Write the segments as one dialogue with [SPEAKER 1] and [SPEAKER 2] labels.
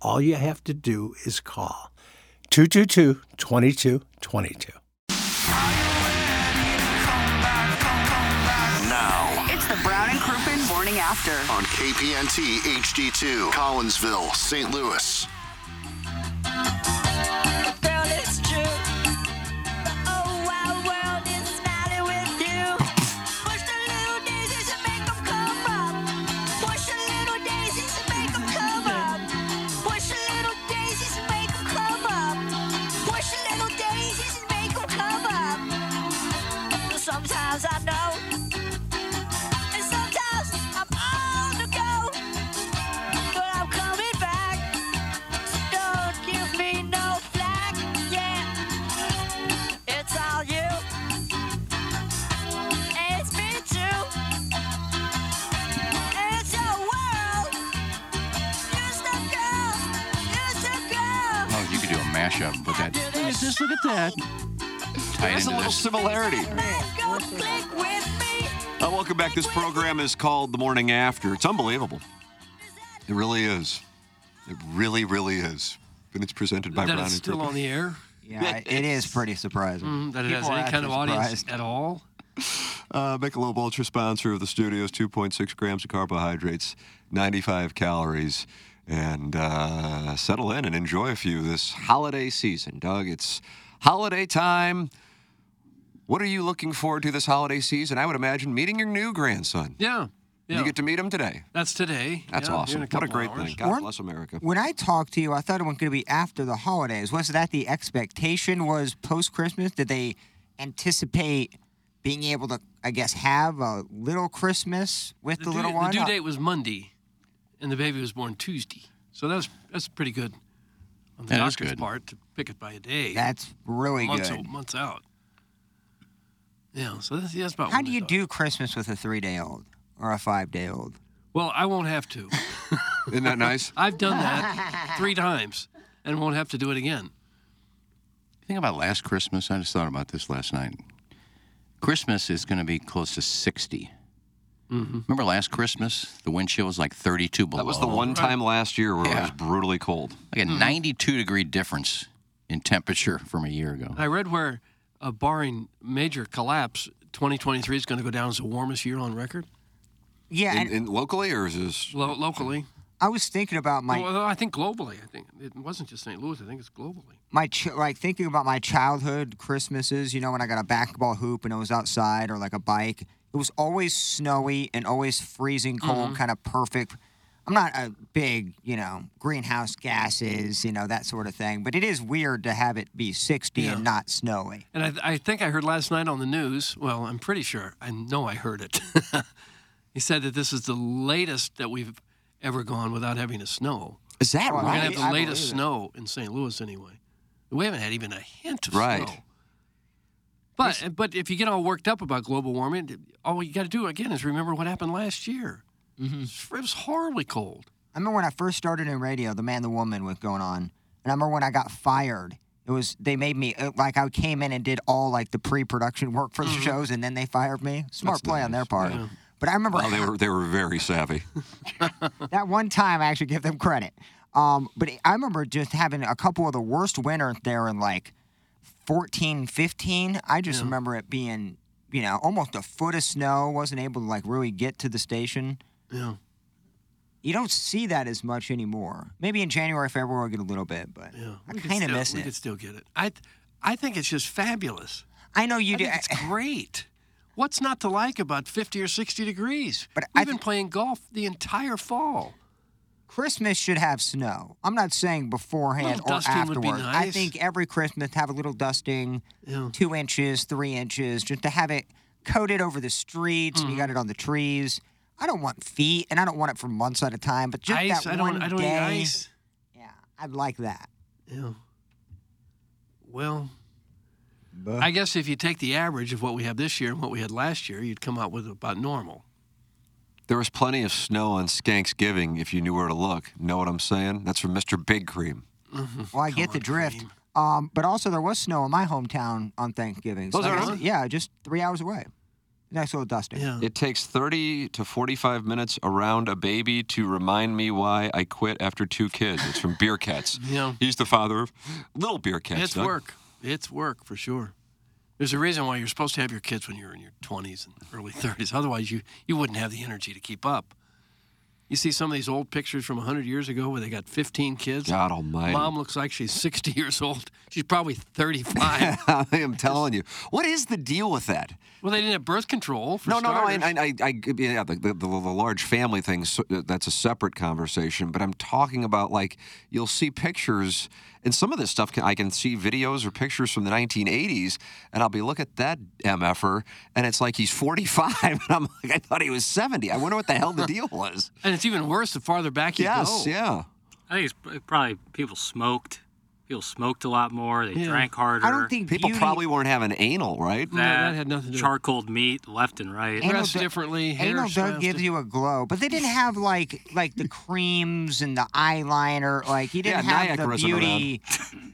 [SPEAKER 1] All you have to do is call 222 2222.
[SPEAKER 2] Now
[SPEAKER 3] It's the Brown and Crouppen Morning After.
[SPEAKER 2] on KPNT HD2, Collinsville, St. Louis.
[SPEAKER 4] Girl, it's true. The whole wide world is smiling with you. Push the little daisies and make 'em come up. Push the little daisies and make 'em come up. Push the little daisies and make 'em come up. Push the little daisies and make 'em come up. Sometimes I know. And sometimes I'm on the go. But I'm coming back. Don't give me no flack, yeah. It's all you. It's me too. It's your world. It's the girl. It's the girl.
[SPEAKER 5] Oh, you could do a mashup and put that. Just look at that. Tie it
[SPEAKER 6] There's
[SPEAKER 5] into
[SPEAKER 6] a little
[SPEAKER 5] this.
[SPEAKER 6] similarity.
[SPEAKER 4] Go click with me.
[SPEAKER 6] Uh, welcome back. This program is called The Morning After. It's unbelievable. It really is. It really, really is. And it's presented by
[SPEAKER 7] that
[SPEAKER 6] Brown
[SPEAKER 7] it's
[SPEAKER 6] and
[SPEAKER 7] still
[SPEAKER 6] Crouppen.
[SPEAKER 7] on the air, Mm,
[SPEAKER 8] Yeah, it is pretty surprising.
[SPEAKER 7] that it has
[SPEAKER 8] People are
[SPEAKER 7] any kind of
[SPEAKER 8] actually
[SPEAKER 7] audience
[SPEAKER 8] surprised.
[SPEAKER 7] at all.
[SPEAKER 6] Uh, Michelob Ultra, sponsor of the studios, 2.6 grams of carbohydrates, 95 calories. And uh, settle in and enjoy a few this holiday season, Doug. It's holiday time. What are you looking forward to this holiday season? I would imagine meeting your new grandson.
[SPEAKER 7] Yeah, yeah.
[SPEAKER 6] You get to meet him today.
[SPEAKER 7] That's today.
[SPEAKER 6] That's
[SPEAKER 7] Yeah, here in
[SPEAKER 6] awesome. what a
[SPEAKER 7] couple
[SPEAKER 6] great
[SPEAKER 7] hours.
[SPEAKER 6] thing. God
[SPEAKER 8] Weren't-
[SPEAKER 6] bless America.
[SPEAKER 8] When I talked to you, I thought it was going to be after the holidays. Was that the expectation? Was post Christmas? Did they anticipate being able to, I guess, have a little Christmas with the,
[SPEAKER 7] due,
[SPEAKER 8] little one? Uh,
[SPEAKER 7] due date was Monday, and the baby was born Tuesday. So that's that's pretty good on the
[SPEAKER 5] That is
[SPEAKER 7] doctor's
[SPEAKER 5] good.
[SPEAKER 7] part to pick it by a day.
[SPEAKER 8] That's really
[SPEAKER 7] months
[SPEAKER 8] good.
[SPEAKER 7] Out, months out. Yeah. So that's, yeah, that's about.
[SPEAKER 8] How
[SPEAKER 7] when
[SPEAKER 8] do
[SPEAKER 7] I
[SPEAKER 8] you
[SPEAKER 7] thought.
[SPEAKER 8] do Christmas with a three day old or a five day old?
[SPEAKER 7] Well, I won't have to.
[SPEAKER 6] Isn't that nice?
[SPEAKER 7] I've done that three times, and won't have to do it again.
[SPEAKER 5] Think about last Christmas. I just thought about this last night. Christmas is going to be close to 60.
[SPEAKER 6] Mm-hmm.
[SPEAKER 5] Remember last Christmas? The wind chill was like 32 below.
[SPEAKER 6] That was the one time last year where it
[SPEAKER 5] Yeah.
[SPEAKER 6] was brutally cold.
[SPEAKER 5] Like
[SPEAKER 7] Hmm.
[SPEAKER 5] a 92 degree difference in temperature from a year ago.
[SPEAKER 7] I read where, uh, barring major collapse, 2023 is going to go down as the warmest year on record
[SPEAKER 8] Yeah,
[SPEAKER 6] In,
[SPEAKER 8] and
[SPEAKER 6] in locally or is this
[SPEAKER 7] lo- locally.
[SPEAKER 8] I was thinking about my
[SPEAKER 7] Well, I think globally. I think it wasn't just St. Louis. I think it's globally.
[SPEAKER 8] my ch- like thinking about my childhood Christmases, you know, when I got a basketball hoop and it was outside or like a bike, it was always snowy and always freezing cold, kind of perfect. I'm not a big, you know, greenhouse gases, you know, that sort of thing, but it is weird to have it be 60 and not snowy.
[SPEAKER 7] And I, I think I heard last night on the news. Well, I'm pretty sure. I know I heard it. he said that this is the latest that we've ever gone without having a snow.
[SPEAKER 5] Is that
[SPEAKER 8] Well,
[SPEAKER 7] We're
[SPEAKER 8] I-
[SPEAKER 7] gonna have the
[SPEAKER 8] I believe
[SPEAKER 7] latest
[SPEAKER 8] it.
[SPEAKER 7] snow in St. Louis anyway. We haven't had even a hint of
[SPEAKER 6] Right.
[SPEAKER 7] snow. But but if you get all worked up about global warming, all you got to do again is remember what happened last year. It was horribly cold.
[SPEAKER 8] I remember when I first started in radio, the man, the woman was going on, and I remember when I got fired. It was they made me uh, like I came in and did all like the pre-production work for the
[SPEAKER 7] Mm-hmm.
[SPEAKER 8] shows, and then they fired me. Smart play on their part. But I remember
[SPEAKER 6] Oh, they were they were very savvy.
[SPEAKER 8] that one time I actually give them credit. Um, but I remember just having a couple of the worst winters there in like 14, 15. I just remember it being, you know, almost a foot of snow. Wasn't able to like really get to the station.
[SPEAKER 7] Yeah.
[SPEAKER 8] You don't see that as much anymore. Maybe in January, February, we'll get a little bit, but I
[SPEAKER 7] We could
[SPEAKER 8] kind of
[SPEAKER 7] still-
[SPEAKER 8] miss
[SPEAKER 7] We
[SPEAKER 8] it.
[SPEAKER 7] could still get it. I, th- I think it's just fabulous.
[SPEAKER 8] I know you do.
[SPEAKER 7] It's great. What's not to like about 50 or 60 degrees? But We've been playing golf the entire fall.
[SPEAKER 8] Christmas should have snow. I'm not saying beforehand
[SPEAKER 7] Little
[SPEAKER 8] or
[SPEAKER 7] dusting would
[SPEAKER 8] afterward.
[SPEAKER 7] be
[SPEAKER 8] I
[SPEAKER 7] nice.
[SPEAKER 8] think every Christmas have a little dusting, two inches, three inches, just to have it coated over the streets.
[SPEAKER 7] Mm-hmm.
[SPEAKER 8] and You got it on the trees. I don't want feet, and I don't want it for months at a time. But just
[SPEAKER 7] ice.
[SPEAKER 8] that
[SPEAKER 7] I
[SPEAKER 8] one
[SPEAKER 7] don't. I don't
[SPEAKER 8] day,
[SPEAKER 7] eat ice.
[SPEAKER 8] I'd like that.
[SPEAKER 7] Yeah. Well, I guess if you take the average of what we have this year and what we had last year, you'd come out with about normal.
[SPEAKER 6] There was plenty of snow on Skanksgiving if you knew where to look. Know what I'm saying? That's from Mr. Big Cream.
[SPEAKER 7] Mm-hmm.
[SPEAKER 8] Well, I get the drift. Um, but also, there was snow in my hometown on Thanksgiving.
[SPEAKER 6] Was there
[SPEAKER 8] I guess-
[SPEAKER 6] really?
[SPEAKER 8] yeah, just three hours away. Nice little dusting.
[SPEAKER 6] It takes 30 to 45 minutes around a baby to remind me why I quit after two kids. It's from Beer Cats.
[SPEAKER 7] Yeah.
[SPEAKER 6] He's the father of little Beer Cats.
[SPEAKER 7] it's
[SPEAKER 6] Doug.
[SPEAKER 7] work. It's work for sure. There's a reason why you're supposed to have your kids when you're in your 20s and early 30s. Otherwise, you, you wouldn't have the energy to keep up. You see some of these old pictures from 100 years ago where they got 15 kids.
[SPEAKER 6] God almighty.
[SPEAKER 7] Mom looks like she's 60 years old. She's probably 35.
[SPEAKER 6] I am telling you. What is the deal with that?
[SPEAKER 7] well, they didn't have birth control. For
[SPEAKER 6] no, no, no. I,
[SPEAKER 7] starters.
[SPEAKER 6] I, I, I yeah, the, the, the, the large family thing, so- uh, that's a separate conversation. But I'm talking about, like, you'll see pictures, and some of this stuff, can, I can see videos or pictures from the 1980s, and I'll be, look at that MFer, and it's like he's 45, and I'm like, I thought he was 70. I wonder what the hell the deal was.
[SPEAKER 7] And it's even worse the farther back you
[SPEAKER 6] Yes,
[SPEAKER 7] go.
[SPEAKER 6] yeah.
[SPEAKER 9] I think it's p- probably people smoked. People smoked a lot more. They drank harder.
[SPEAKER 6] people probably weren't having anal, right?
[SPEAKER 9] that, had nothing to do. Charcoaled meat left and right.
[SPEAKER 8] Doug- Anal Doug gives you a glow, but they didn't have like like the creams and the eyeliner. Like you didn't
[SPEAKER 6] Yeah,
[SPEAKER 8] have
[SPEAKER 6] Nyack
[SPEAKER 8] the
[SPEAKER 6] wasn't
[SPEAKER 8] beauty.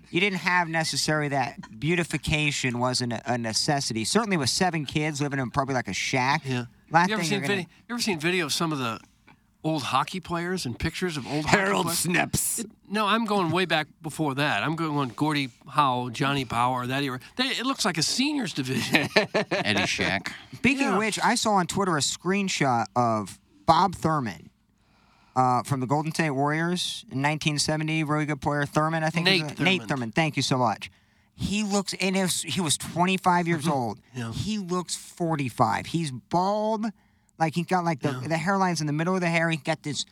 [SPEAKER 8] You didn't have necessarily that beautification wasn't a, a necessity. Certainly with seven kids living in probably like a shack. Yeah. Last
[SPEAKER 7] You ever,
[SPEAKER 8] thing
[SPEAKER 7] seen
[SPEAKER 8] you're gonna-
[SPEAKER 7] video, you ever seen video of some of the old hockey players and pictures of old
[SPEAKER 6] Harold
[SPEAKER 7] hockey players?
[SPEAKER 6] Snips.
[SPEAKER 7] It- no, I'm going way back before that. I'm going Gordie Howe, Johnny Bauer, that era. They, it looks like a seniors division.
[SPEAKER 5] Eddie Shack.
[SPEAKER 8] Speaking of which, I saw on Twitter a screenshot of Bob Thurman uh, from the Golden State Warriors in 1970. Really good player, Thurman. I think
[SPEAKER 7] Nate
[SPEAKER 8] it was,
[SPEAKER 7] Thurman.
[SPEAKER 8] Nate Thurman. Thank you so much. He looks, and it was- he was 25 years old. He looks 45. He's bald, like he got like the, the hairlines in the middle of the hair. He got this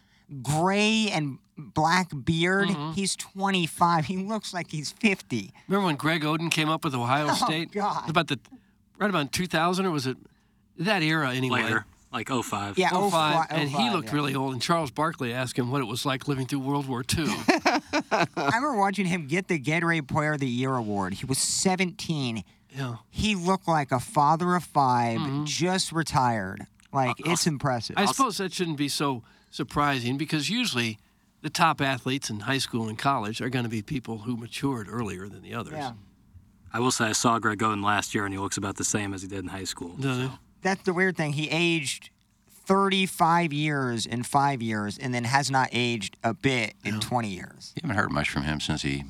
[SPEAKER 8] gray and black beard. He's 25. He looks like he's 50.
[SPEAKER 7] Remember when Greg Oden came up with Ohio
[SPEAKER 8] Oh,
[SPEAKER 7] State?
[SPEAKER 8] God.
[SPEAKER 7] About the right about 2000 or was it that era anyway?
[SPEAKER 9] Later, like 05.
[SPEAKER 8] Yeah,
[SPEAKER 7] 05,
[SPEAKER 8] 05,
[SPEAKER 7] and he looked
[SPEAKER 8] yeah.
[SPEAKER 7] really old. And Charles Barkley asked him what it was like living through World War II.
[SPEAKER 8] I remember watching him get the Gatorade Player of the Year award. He was 17.
[SPEAKER 7] yeah.
[SPEAKER 8] He looked like a father of 5 just retired. Like it's impressive.
[SPEAKER 7] I suppose that shouldn't be so surprising because usually the top athletes in high school and college are going to be people who matured earlier than the others.
[SPEAKER 8] Yeah.
[SPEAKER 9] I will say I saw Greg Oden last year, and he looks about the same as he did in high school.
[SPEAKER 7] No,
[SPEAKER 8] That's the weird thing. He aged 35 years in five years, and then has not aged a bit in 20 years.
[SPEAKER 5] You haven't heard much from him since he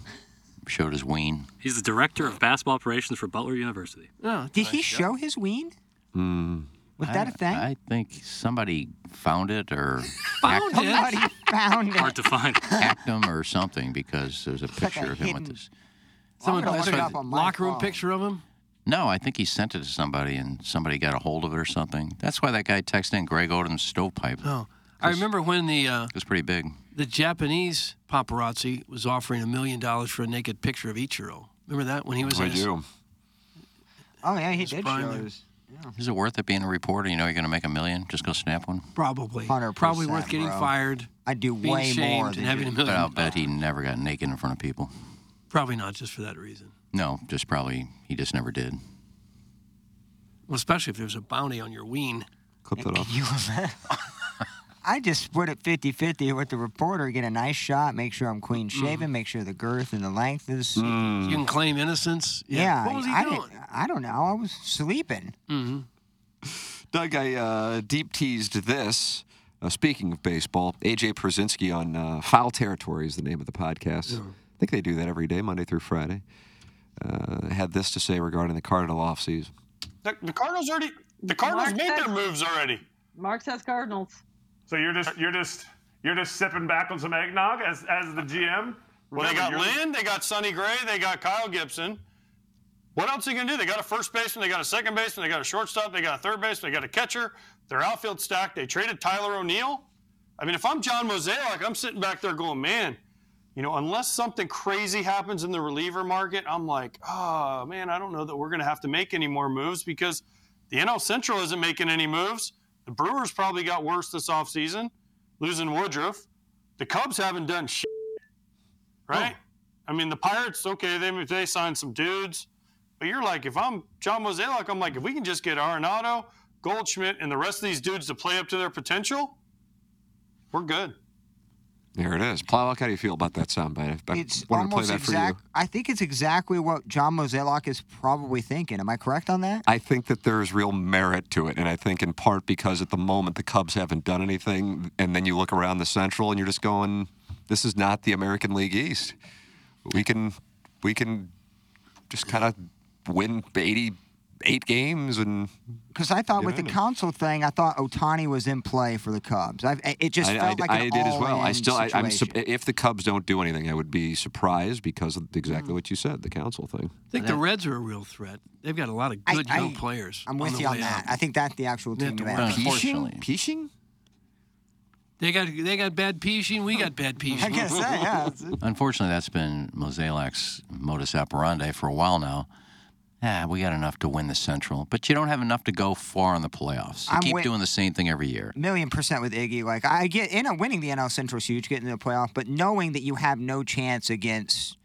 [SPEAKER 5] showed his ween.
[SPEAKER 9] He's the director of basketball operations for Butler University.
[SPEAKER 8] Did he show his ween?
[SPEAKER 6] Hmm.
[SPEAKER 8] Was that a thing?
[SPEAKER 5] I think somebody found it or Oh,
[SPEAKER 7] Found
[SPEAKER 8] Somebody
[SPEAKER 7] it.
[SPEAKER 8] found it.
[SPEAKER 9] Hard to find.
[SPEAKER 5] hacked him or something because there's a
[SPEAKER 8] like
[SPEAKER 5] picture
[SPEAKER 8] a
[SPEAKER 5] of him
[SPEAKER 8] hidden-
[SPEAKER 5] with this.
[SPEAKER 7] Someone
[SPEAKER 8] gonna look
[SPEAKER 7] posted
[SPEAKER 8] it
[SPEAKER 7] a
[SPEAKER 8] up on my
[SPEAKER 7] locker room
[SPEAKER 8] phone.
[SPEAKER 7] picture of him.
[SPEAKER 5] No, I think he sent it to somebody and somebody got a hold of it or something. That's why that guy texted in Greg Oden's stovepipe.
[SPEAKER 7] Oh, I remember when the uh,
[SPEAKER 5] It was pretty big.
[SPEAKER 7] the Japanese paparazzi was offering a million dollars for a naked picture of Ichiro. Remember that when he was
[SPEAKER 6] I
[SPEAKER 7] in his,
[SPEAKER 6] do.
[SPEAKER 8] Oh yeah, he did
[SPEAKER 7] fine
[SPEAKER 8] show
[SPEAKER 7] there.
[SPEAKER 8] his.
[SPEAKER 5] Is it worth it being a reporter? You know you're going to make a million? Just go snap one?
[SPEAKER 7] probably
[SPEAKER 8] 100%,
[SPEAKER 7] probably worth getting
[SPEAKER 8] bro.
[SPEAKER 7] fired,
[SPEAKER 8] I do
[SPEAKER 7] being
[SPEAKER 8] way
[SPEAKER 7] shamed,
[SPEAKER 8] more
[SPEAKER 7] and
[SPEAKER 8] than
[SPEAKER 7] having a
[SPEAKER 8] you.
[SPEAKER 5] But I'll
[SPEAKER 7] million.
[SPEAKER 5] bet he never got naked in front of people.
[SPEAKER 7] Probably not just for that reason.
[SPEAKER 5] No, just probably he just never did.
[SPEAKER 7] Well, especially if there's a bounty on your ween.
[SPEAKER 6] Clip that off.
[SPEAKER 8] You I just split it 50 50 with the reporter, get a nice shot, make sure I'm clean shaven, make sure the girth and the length is.
[SPEAKER 7] Mm-hmm. You can claim innocence.
[SPEAKER 8] Yeah,
[SPEAKER 7] What was he
[SPEAKER 8] I,
[SPEAKER 7] doing?
[SPEAKER 8] didn't, I don't know. I was sleeping.
[SPEAKER 6] Doug, I uh, deep teased this. Uh, speaking of baseball, AJ Przinski on uh, Foul Territory is the name of the podcast. I think they do that every day, Monday through Friday. Uh, had this to say regarding the Cardinal offseason.
[SPEAKER 10] The, the Cardinals already. The Cardinals made their moves already.
[SPEAKER 11] Mark says Cardinals.
[SPEAKER 12] So you're just you're just you're just sipping back on some eggnog as as the GM.
[SPEAKER 10] Well,
[SPEAKER 12] Remember,
[SPEAKER 10] they got
[SPEAKER 12] you're-
[SPEAKER 10] Lynn, they got Sonny Gray, they got Kyle Gibson. What else are you going to do? They got a first baseman, they got a second baseman, they got a shortstop, they got a third baseman, they got a catcher. Their outfield stack, they traded Tyler O'Neill. I mean, if I'm John Mozeliak, I'm sitting back there going, man, you know, unless something crazy happens in the reliever market, I'm like, oh, man, I don't know that we're going to have to make any more moves because the NL Central isn't making any moves. The Brewers probably got worse this offseason, losing Woodruff. The Cubs haven't done shit,
[SPEAKER 6] Oh.
[SPEAKER 10] right? I mean, the Pirates, okay, they, they signed some dudes. But you're like, if I'm John Mozeliak, I'm like, if we can just get Arenado, Goldschmidt, and the rest of these dudes to play up to their potential, we're good.
[SPEAKER 6] There it is. Plowlock, how do you feel about that soundbite? I, I wanted to
[SPEAKER 8] It's
[SPEAKER 6] play
[SPEAKER 8] almost
[SPEAKER 6] that
[SPEAKER 8] exact.
[SPEAKER 6] for you.
[SPEAKER 8] I think it's exactly what John Mozeliak is probably thinking. Am I correct on that?
[SPEAKER 6] I think that there is real merit to it, and I think in part because at the moment the Cubs haven't done anything, and then you look around the Central and you're just going, "This is not the American League East. We can, we can, just kind of win 88 games and."
[SPEAKER 8] Because I thought
[SPEAKER 6] You
[SPEAKER 8] with
[SPEAKER 6] know,
[SPEAKER 8] the console thing, I thought Otani was in play for the Cubs. I, it just
[SPEAKER 6] I,
[SPEAKER 8] felt
[SPEAKER 6] I-
[SPEAKER 8] like an
[SPEAKER 6] I did as well. I
[SPEAKER 8] all-in
[SPEAKER 6] still, I, I'm sup-
[SPEAKER 8] situation.
[SPEAKER 6] if the Cubs don't do anything, I would be surprised because of
[SPEAKER 8] Mm.
[SPEAKER 6] exactly what you said, the council thing.
[SPEAKER 7] I think the Reds are a real threat. They've got a lot of
[SPEAKER 8] I-
[SPEAKER 7] good young
[SPEAKER 8] I-
[SPEAKER 7] players.
[SPEAKER 8] I'm with you on that. I think that's the actual
[SPEAKER 7] They
[SPEAKER 8] team.
[SPEAKER 7] have to
[SPEAKER 8] you
[SPEAKER 7] work
[SPEAKER 8] have.
[SPEAKER 7] on it. Unfortunately.
[SPEAKER 6] Peaching?
[SPEAKER 7] They got they got bad peaching. We got bad peaching.
[SPEAKER 8] I guess, yeah, yeah, that's it.
[SPEAKER 5] Unfortunately, that's been Moselak's modus operandi for a while now. Ah, we got enough to win the Central, but you don't have enough to go far in the playoffs. You
[SPEAKER 8] I'm
[SPEAKER 5] keep
[SPEAKER 8] wi-
[SPEAKER 5] doing the same thing every year.
[SPEAKER 8] million percent with Iggy. Like I get in a winning the NL Central is huge, getting to the playoff, but knowing that you have no chance against,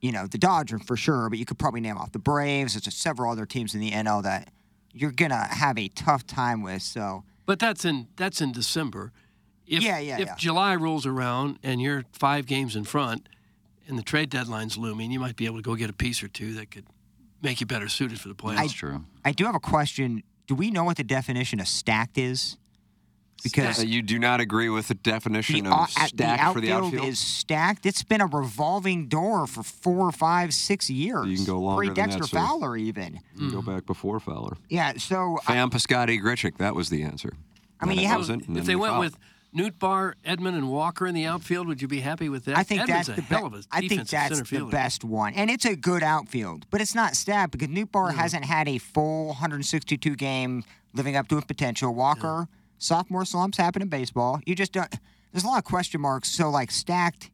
[SPEAKER 8] you know, the Dodgers for sure, but you could probably name off the Braves. There's just several other teams in the NL that you're gonna have a tough time with. So
[SPEAKER 7] But that's in that's in December. If,
[SPEAKER 8] Yeah, yeah,
[SPEAKER 7] If
[SPEAKER 8] yeah.
[SPEAKER 7] July rolls around and you're five games in front, and the trade deadline's looming, you might be able to go get a piece or two that could make you better suited for the playoffs.
[SPEAKER 8] I- I do have a question. Do we know what the definition of stacked is? Because
[SPEAKER 6] Uh, you do not agree with the definition
[SPEAKER 8] au-
[SPEAKER 6] of
[SPEAKER 8] at-
[SPEAKER 6] stacked for the outfield.
[SPEAKER 8] is stacked. It's been a revolving door for four, five, six years.
[SPEAKER 6] you can go longer
[SPEAKER 8] Pre Dexter
[SPEAKER 6] than that, sir.
[SPEAKER 8] Fowler, even.
[SPEAKER 6] You can Go back before Fowler.
[SPEAKER 8] Yeah. So
[SPEAKER 6] Fam Piscotti Grichik. That was the answer.
[SPEAKER 8] I mean,
[SPEAKER 6] Then
[SPEAKER 8] you
[SPEAKER 6] it
[SPEAKER 8] have-
[SPEAKER 6] wasn't, and
[SPEAKER 7] if
[SPEAKER 6] then
[SPEAKER 7] they
[SPEAKER 6] we
[SPEAKER 7] went
[SPEAKER 6] fouled.
[SPEAKER 7] with Newt Bar, Edmund, and Walker in the outfield, would you be happy with that?
[SPEAKER 8] I think
[SPEAKER 7] Edmund's
[SPEAKER 8] that's
[SPEAKER 7] a
[SPEAKER 8] the
[SPEAKER 7] hell
[SPEAKER 8] be-
[SPEAKER 7] of a
[SPEAKER 8] I think
[SPEAKER 7] defensive
[SPEAKER 8] that's
[SPEAKER 7] center
[SPEAKER 8] the
[SPEAKER 7] fielder.
[SPEAKER 8] best one, and it's a good outfield, but it's not stacked because Newt Bar hasn't had a full 162 game living up to its potential. Walker sophomore slumps happen in baseball. You just don't. There's a lot of question marks. So like stacked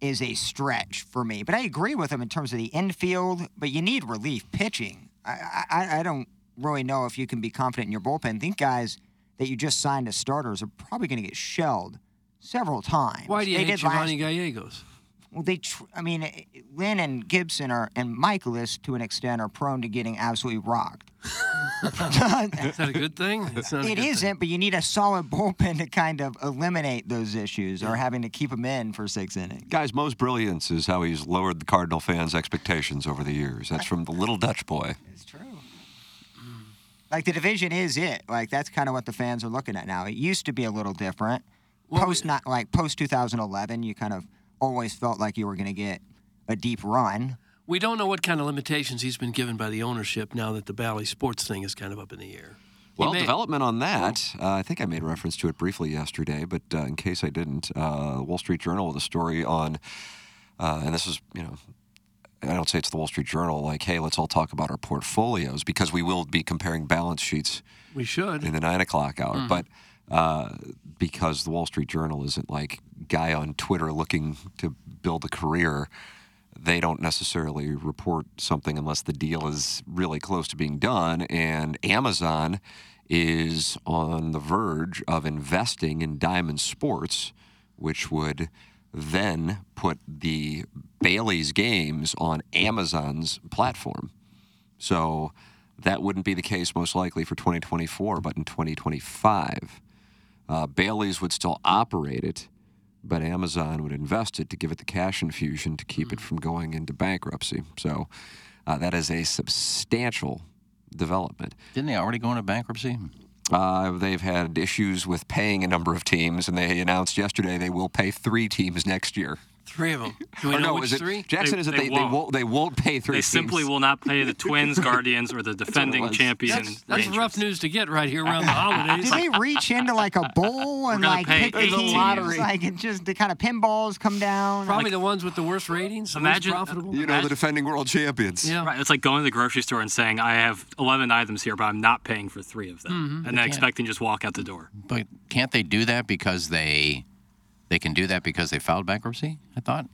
[SPEAKER 8] is a stretch for me, but I agree with him in terms of the infield. But you need relief pitching. I I, I don't really know if you can be confident in your bullpen. I think guys that you just signed as starters are probably going to get shelled several times.
[SPEAKER 7] Why do you
[SPEAKER 8] They
[SPEAKER 7] hate
[SPEAKER 8] did last
[SPEAKER 7] Giovanni Gallegos?
[SPEAKER 8] well, they, tr- I mean, eh, eh, Lynn and Gibson are, and Michaelis to an extent, are prone to getting absolutely rocked.
[SPEAKER 7] Is that a good thing? It's not a
[SPEAKER 8] It
[SPEAKER 7] good
[SPEAKER 8] isn't, but you need a solid bullpen to kind of eliminate those issues or having to keep them in for six innings.
[SPEAKER 6] Guys, Mo's brilliance is how he's lowered the Cardinal fans' expectations over the years. That's from the little Dutch boy.
[SPEAKER 8] Like the division is it. Like that's kind of what the fans are looking at now. It used to be a little different. post not like post 2011, you kind of always felt like you were going to get a deep run.
[SPEAKER 7] We don't know what kind of limitations he's been given by the ownership now that the Bally Sports thing is kind of up in the air. He
[SPEAKER 6] Well,
[SPEAKER 7] may-
[SPEAKER 6] development on that, uh, I think I made reference to it briefly yesterday, but uh, in case I didn't, uh, Wall Street Journal with a story on, uh, and this is, you know, I don't say it's the Wall Street Journal, like, hey, let's all talk about our portfolios because we will be comparing balance sheets
[SPEAKER 7] We should.
[SPEAKER 6] in the nine o'clock hour,
[SPEAKER 7] Mhm.
[SPEAKER 6] but uh, because the Wall Street Journal isn't like guy on Twitter looking to build a career, they don't necessarily report something unless the deal is really close to being done. And Amazon is on the verge of investing in Diamond Sports, which would then put the Bailey's games on Amazon's platform. So that wouldn't be the case most likely for 2024, but in 2025, uh, Bailey's would still operate it, but Amazon would invest it to give it the cash infusion to keep
[SPEAKER 7] Mm.
[SPEAKER 6] it from going into bankruptcy. So uh, that is a substantial development.
[SPEAKER 5] Didn't they already go into bankruptcy?
[SPEAKER 6] Uh, they've had issues with paying a number of teams, and they announced yesterday they will pay three teams next year.
[SPEAKER 7] three of them. Do we
[SPEAKER 6] Or
[SPEAKER 7] know
[SPEAKER 6] no,
[SPEAKER 7] which
[SPEAKER 6] is it-
[SPEAKER 7] three?
[SPEAKER 6] Jackson is that they, they won't they won't pay three.
[SPEAKER 9] They simply will not pay the Twins, Guardians, or the defending champion.
[SPEAKER 7] That's, that's rough news to get right here around the
[SPEAKER 8] Did
[SPEAKER 7] holidays.
[SPEAKER 8] they reach into like a bowl and
[SPEAKER 7] gonna
[SPEAKER 8] like
[SPEAKER 7] pay
[SPEAKER 8] pick the
[SPEAKER 7] 18
[SPEAKER 8] lottery?
[SPEAKER 7] years.
[SPEAKER 8] Like it just the kind of pinballs come down.
[SPEAKER 7] Probably the ones with the worst ratings. the least
[SPEAKER 9] Imagine- uh,
[SPEAKER 7] profitable.
[SPEAKER 9] You know, the
[SPEAKER 6] defending world champions.
[SPEAKER 7] Yeah.
[SPEAKER 9] Right, it's like going to the grocery store and saying, "I have 11 items here, but I'm not paying for three of them,"
[SPEAKER 5] Mhm.
[SPEAKER 9] and
[SPEAKER 5] They
[SPEAKER 9] then
[SPEAKER 5] can't.
[SPEAKER 9] expecting to just walk out the door.
[SPEAKER 5] But can't they do that because they they can do that because they filed bankruptcy? I thought.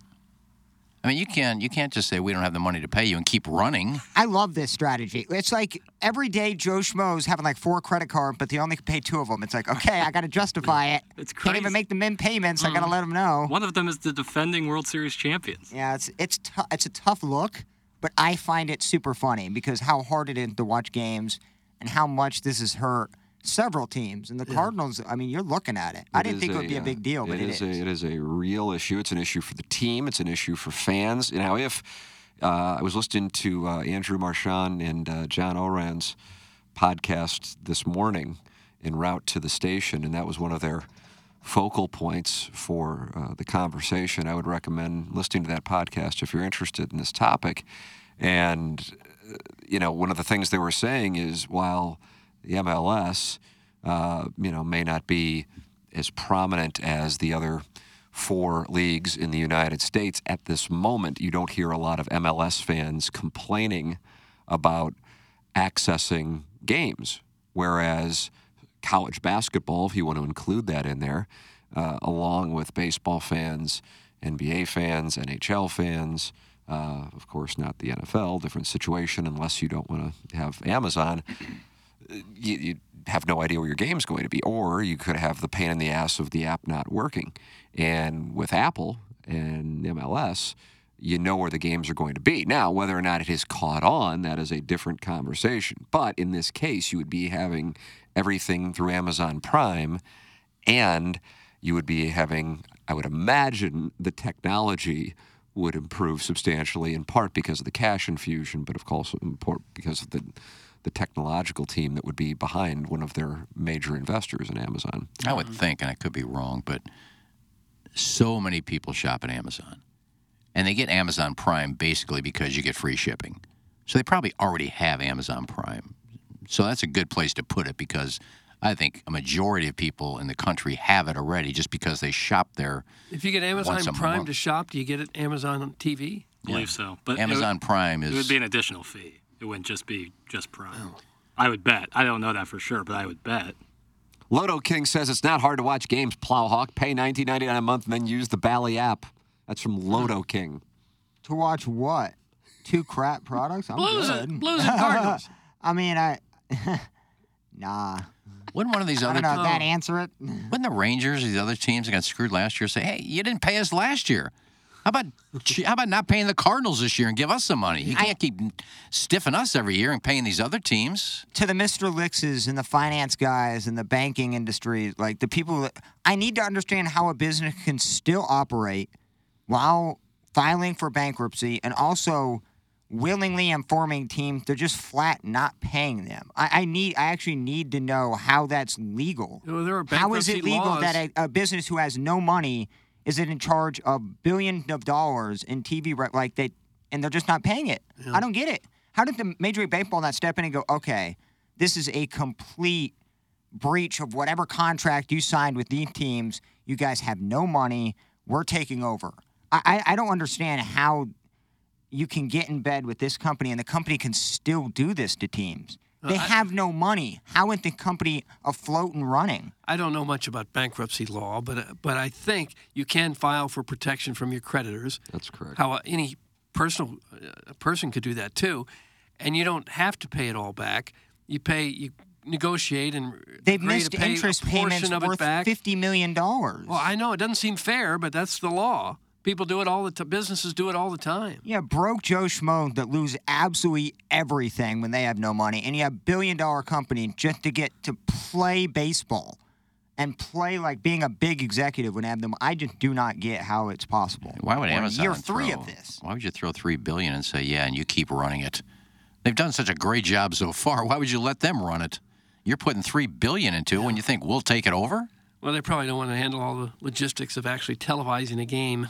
[SPEAKER 5] I mean, you can you can't just say we don't have the money to pay you and keep running.
[SPEAKER 8] I love this strategy. It's like every day Joe Schmo's having like four credit cards, but they only can pay two of them. It's like, okay, I got to justify it. It's Can't even make the min payments. I got to
[SPEAKER 5] Mm-hmm.
[SPEAKER 9] Mm-hmm.
[SPEAKER 8] let them know.
[SPEAKER 9] One of them is the defending World Series champions.
[SPEAKER 8] Yeah, it's it's tou- it's a tough look, but I find it super funny because how hard it is to watch games and how much this has hurt several teams. And the Cardinals, I mean, you're looking at it. I
[SPEAKER 6] It
[SPEAKER 8] didn't
[SPEAKER 6] is
[SPEAKER 8] think it would be a
[SPEAKER 6] uh,
[SPEAKER 8] big deal, but it is.
[SPEAKER 6] A, it is a real issue. It's an issue for the team. It's an issue for fans. You know, if uh, I was listening to uh, Andrew Marchand and uh, John Oran's podcast this morning en route to the station, and that was one of their focal points for uh, the conversation. I would recommend listening to that podcast if you're interested in this topic. And uh, you know, one of the things they were saying is while the MLS, uh, you know, may not be as prominent as the other four leagues in the United States at this moment, you don't hear a lot of MLS fans complaining about accessing games, whereas college basketball, if you want to include that in there, uh, along with baseball fans, NBA fans, NHL fans. Uh, of course, not the NFL. Different situation, unless you don't want to have Amazon. uh, You, you have no idea where your game's going to be, or you could have the pain in the ass of the app not working. And with Apple and MLS, you know where the games are going to be. Now, whether or not it has caught on, that is a different conversation. But in this case, you would be having everything through Amazon Prime, and you would be having, I would imagine, the technology would improve substantially, in part because of the cash infusion, but of course, in part because of the the technological team that would be behind one of their major investors in Amazon.
[SPEAKER 5] I would think, and I could be wrong, but so many people shop at Amazon. And they get Amazon Prime basically because you get free shipping. So they probably already have Amazon Prime. So that's a good place to put it because I think a majority of people in the country have it already just because they shop there.
[SPEAKER 7] If you get Amazon
[SPEAKER 5] Once a
[SPEAKER 7] Prime
[SPEAKER 5] month.
[SPEAKER 7] to shop, do you get it Amazon TV?
[SPEAKER 9] believe so. But it
[SPEAKER 5] Amazon
[SPEAKER 9] would-
[SPEAKER 5] Prime is Oh.
[SPEAKER 9] It would be an additional fee. It wouldn't just be just Prime. I would bet. I don't know that for sure, but I would bet.
[SPEAKER 6] Loto King says it's not hard to watch games, Plowhawk. Pay nineteen ninety nine a month and then use the Bally app. That's from Loto King.
[SPEAKER 8] To watch what? Two crap products? I'm
[SPEAKER 4] Blues
[SPEAKER 8] good.
[SPEAKER 4] and- Blues and Cardinals.
[SPEAKER 8] I mean, I. nah.
[SPEAKER 5] Wouldn't one of these
[SPEAKER 8] I
[SPEAKER 5] other
[SPEAKER 8] don't know. That answer it?
[SPEAKER 5] Wouldn't the Rangers, these other teams that got screwed last year, say, "Hey, you didn't pay us last year. How about how about not paying the Cardinals this year and give us some money? You can't keep stiffing us every year and paying these other teams."
[SPEAKER 8] to the Mr. Lixes and the finance guys and the banking industry, like the people that I need to understand how a business can still operate while filing for bankruptcy and also willingly informing teams they're just flat not paying them. I, I need I actually need to know how that's legal.
[SPEAKER 7] Well, there are
[SPEAKER 8] How is it
[SPEAKER 7] bankruptcy
[SPEAKER 8] legal
[SPEAKER 7] laws.
[SPEAKER 8] that a, a business who has no money is it in charge of billions of dollars in TV right like they and they're just not paying it? I don't get it. How did the Major League Baseball not step in and go, okay, this is a complete breach of whatever contract you signed with these teams? You guys have no money. We're taking over. I, I, I don't understand how you can get in bed with this company and the company can still do this to teams.
[SPEAKER 7] Uh,
[SPEAKER 8] They have no money. How is the company afloat and running?
[SPEAKER 7] I don't know much about bankruptcy law, but uh, but I think you can file for protection from your creditors.
[SPEAKER 6] That's correct.
[SPEAKER 7] How uh, any personal uh, person could do that too, and you don't have to pay it all back. You pay you negotiate and
[SPEAKER 8] They've
[SPEAKER 7] agree
[SPEAKER 8] missed
[SPEAKER 7] to pay
[SPEAKER 8] interest
[SPEAKER 7] a portion
[SPEAKER 8] payments
[SPEAKER 7] of it
[SPEAKER 8] worth
[SPEAKER 7] back.
[SPEAKER 8] fifty million dollars.
[SPEAKER 7] Well, I know it doesn't seem fair, but that's the law. People do it all the time. Businesses do it all the time.
[SPEAKER 8] Yeah, broke Joe Schmo that lose absolutely everything when they have no money, and you have billion dollar company just to get to play baseball and play like being a big executive when they have them. I just do not get how it's possible.
[SPEAKER 5] Why would
[SPEAKER 8] We're in
[SPEAKER 5] Amazon
[SPEAKER 8] Year three
[SPEAKER 5] throw,
[SPEAKER 8] of this.
[SPEAKER 5] Why would you throw three billion and say, "Yeah," and you keep running it? They've done such a great job so far. Why would you let them run it? You're putting three billion into it when you think we'll take it over.
[SPEAKER 7] Well, they probably don't want to handle all the logistics of actually televising a game.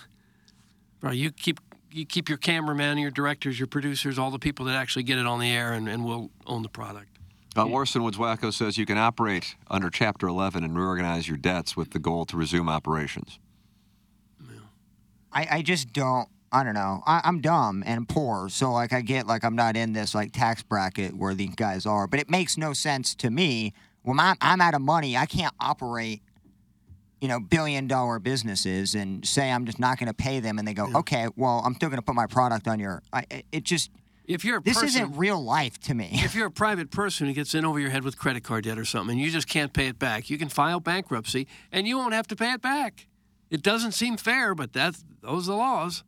[SPEAKER 7] Bro, you keep you keep your cameraman, your directors, your producers, all the people that actually get it on the air and, and will own the product.
[SPEAKER 6] Uh, Warson Woods Wacko says you can operate under Chapter 11 and reorganize your debts with the goal to resume operations.
[SPEAKER 8] I, I just don't. I don't know. I, I'm dumb and poor, so like I get like I'm not in this like tax bracket where these guys are, but it makes no sense to me. When I'm, I'm out of money, I can't operate, you know, billion dollar businesses and say I'm just not going to pay them, and they go, okay, well, I'm still going to put my product on your. I, it- it just.
[SPEAKER 7] If you're a
[SPEAKER 8] this
[SPEAKER 7] person-
[SPEAKER 8] isn't real life to me.
[SPEAKER 7] if you're a private person who gets in over your head with credit card debt or something and you just can't pay it back, you can file bankruptcy and you won't have to pay it back. It doesn't seem fair, but that's those are the laws.